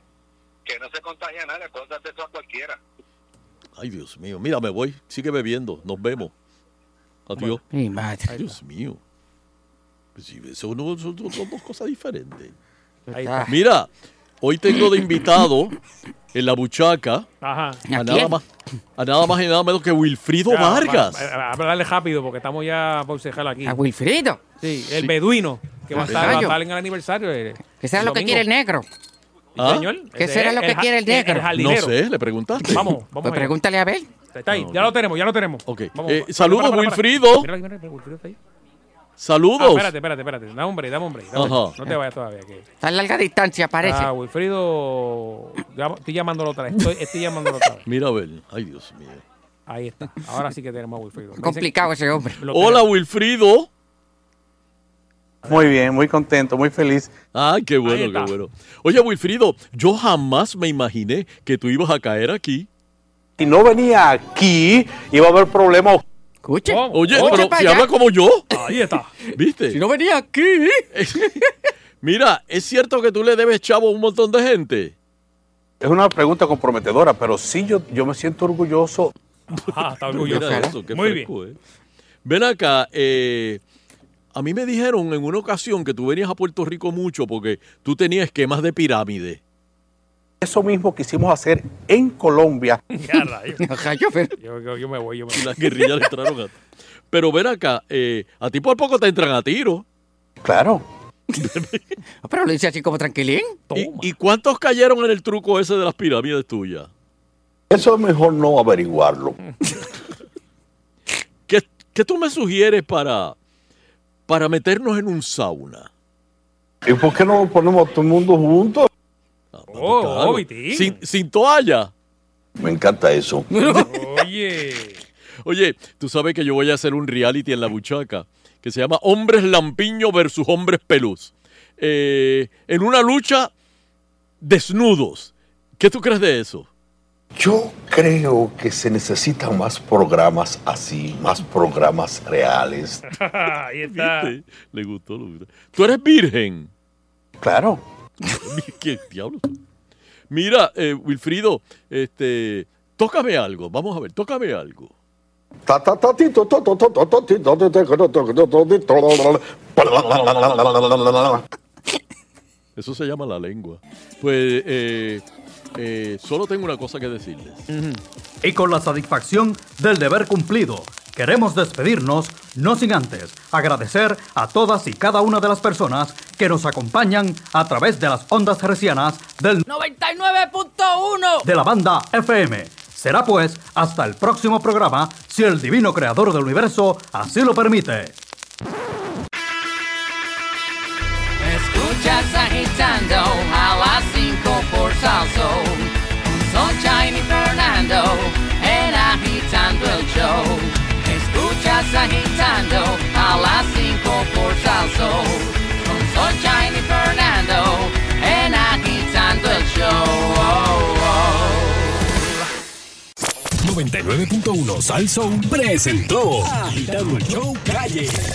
Ay, Dios mío. Mira, me voy. Sigue bebiendo. Nos vemos. Adiós. Mi madre. Ay, Dios mío. Pues sí, eso no- son, son- son dos cosas diferentes. Ahí está. Mira, hoy tengo de invitado en la buchaca Ajá. a nada, más, a nada más y nada menos que Wilfrido Ya, Vargas. va- va- va- Hablarle rápido porque estamos ya por cejar aquí. A Wilfrido. Sí, el beduino que va a, estar, va a Rayo. estar en el aniversario. eh, ¿Qué será el lo que domingo. quiere el negro? Sí, señor. ¿Qué Ese será es lo que ja- quiere el negro? ¿Ah? no jardinero. sé, le preguntaste. Vamos, vamos. Pues allá. pregúntale a Abel. Está ahí, ya lo tenemos, ya lo tenemos. Ok. Vamos, Eh, para- saludos, para- para- para. Wilfrido. Mira, mira, mira, Wilfrido está ahí. Saludos. Ah, espérate, espérate, espérate. Dame hombre, dame hombre. dame Ajá. hombre. No te vayas todavía. Que... Está a larga distancia, parece. Ah, Wilfrido. llamo- Estoy llamándolo otra vez. Estoy, estoy llamándolo otra vez. Mira, a ver. Ay, Dios mío. Ahí está. Ahora sí que tenemos a Wilfrido. Me dicen- Complicado ese hombre. Lo Hola, Wilfrido. Muy bien, muy contento, muy feliz. Ah, qué Ahí bueno, está. qué bueno. Oye, Wilfrido, yo jamás me imaginé que tú ibas a caer aquí. Si no venía aquí, iba a haber problemas. Escuche. Oh, Oye, Escuche pero para si allá. habla como yo. Ahí está. ¿Viste? Si no venía aquí. Mira, ¿es cierto que tú le debes chavo a un montón de gente? Es una pregunta comprometedora, pero sí yo, yo me siento orgulloso. Ah, está Mira eso, qué fresco, eh. Ven acá, eh, a mí me dijeron en una ocasión que tú venías a Puerto Rico mucho porque tú tenías esquemas de pirámide. Eso mismo quisimos hacer en Colombia. Ya, rayo. Ajá, yo, pero- Yo, yo- yo me voy, yo me voy. Las guerrillas le entraron a Pero ven acá, eh, a ti por poco te entran a tiro. Claro. Pero lo dice así como tranquilín. ¿Y, y cuántos cayeron en el truco ese de las pirámides tuyas? Eso es mejor no averiguarlo. ¿Qué, qué tú me sugieres para, para meternos en un sauna? ¿Y por qué no ponemos todo el mundo juntos? Oh, pues, Claro. Vitín. sin, sin toalla. Me encanta eso. Oye. Oye, tú sabes que yo voy a hacer un reality en la buchaca que se llama Hombres Lampiño versus Hombres Pelús. Eh, en una lucha desnudos. ¿Qué tú crees de eso? Yo creo que se necesitan más programas así, más programas reales. Ahí está. ¿Viste? Le gustó, le gustó. ¿Tú eres virgen? Claro. ¿Qué diablo? Mira, eh, Wilfrido, este, tócame algo. Vamos a ver, tócame algo. Ta, ta, ta, ti, to, to, to, to, to, to, ti, to, to, to, to, to, to, to, ti, to. Eso se llama la lengua. Pues eh, eh, solo tengo una cosa que decirles. Y con la satisfacción del deber cumplido, queremos despedirnos, no sin antes agradecer a todas y cada una de las personas que nos acompañan a través de las ondas hercianas del 99.1. de la banda FM. Será pues hasta el próximo programa, si el divino creador del universo así lo permite. Escuchas agitando a las 5 por salso. Con Sunshine y Fernando en agitando el show. Escuchas agitando a las 5 por salso. Con Sunshine y Fernando en agitando el show. Oh, 99.1 Sal Soul presentó Agitando el Show Calle.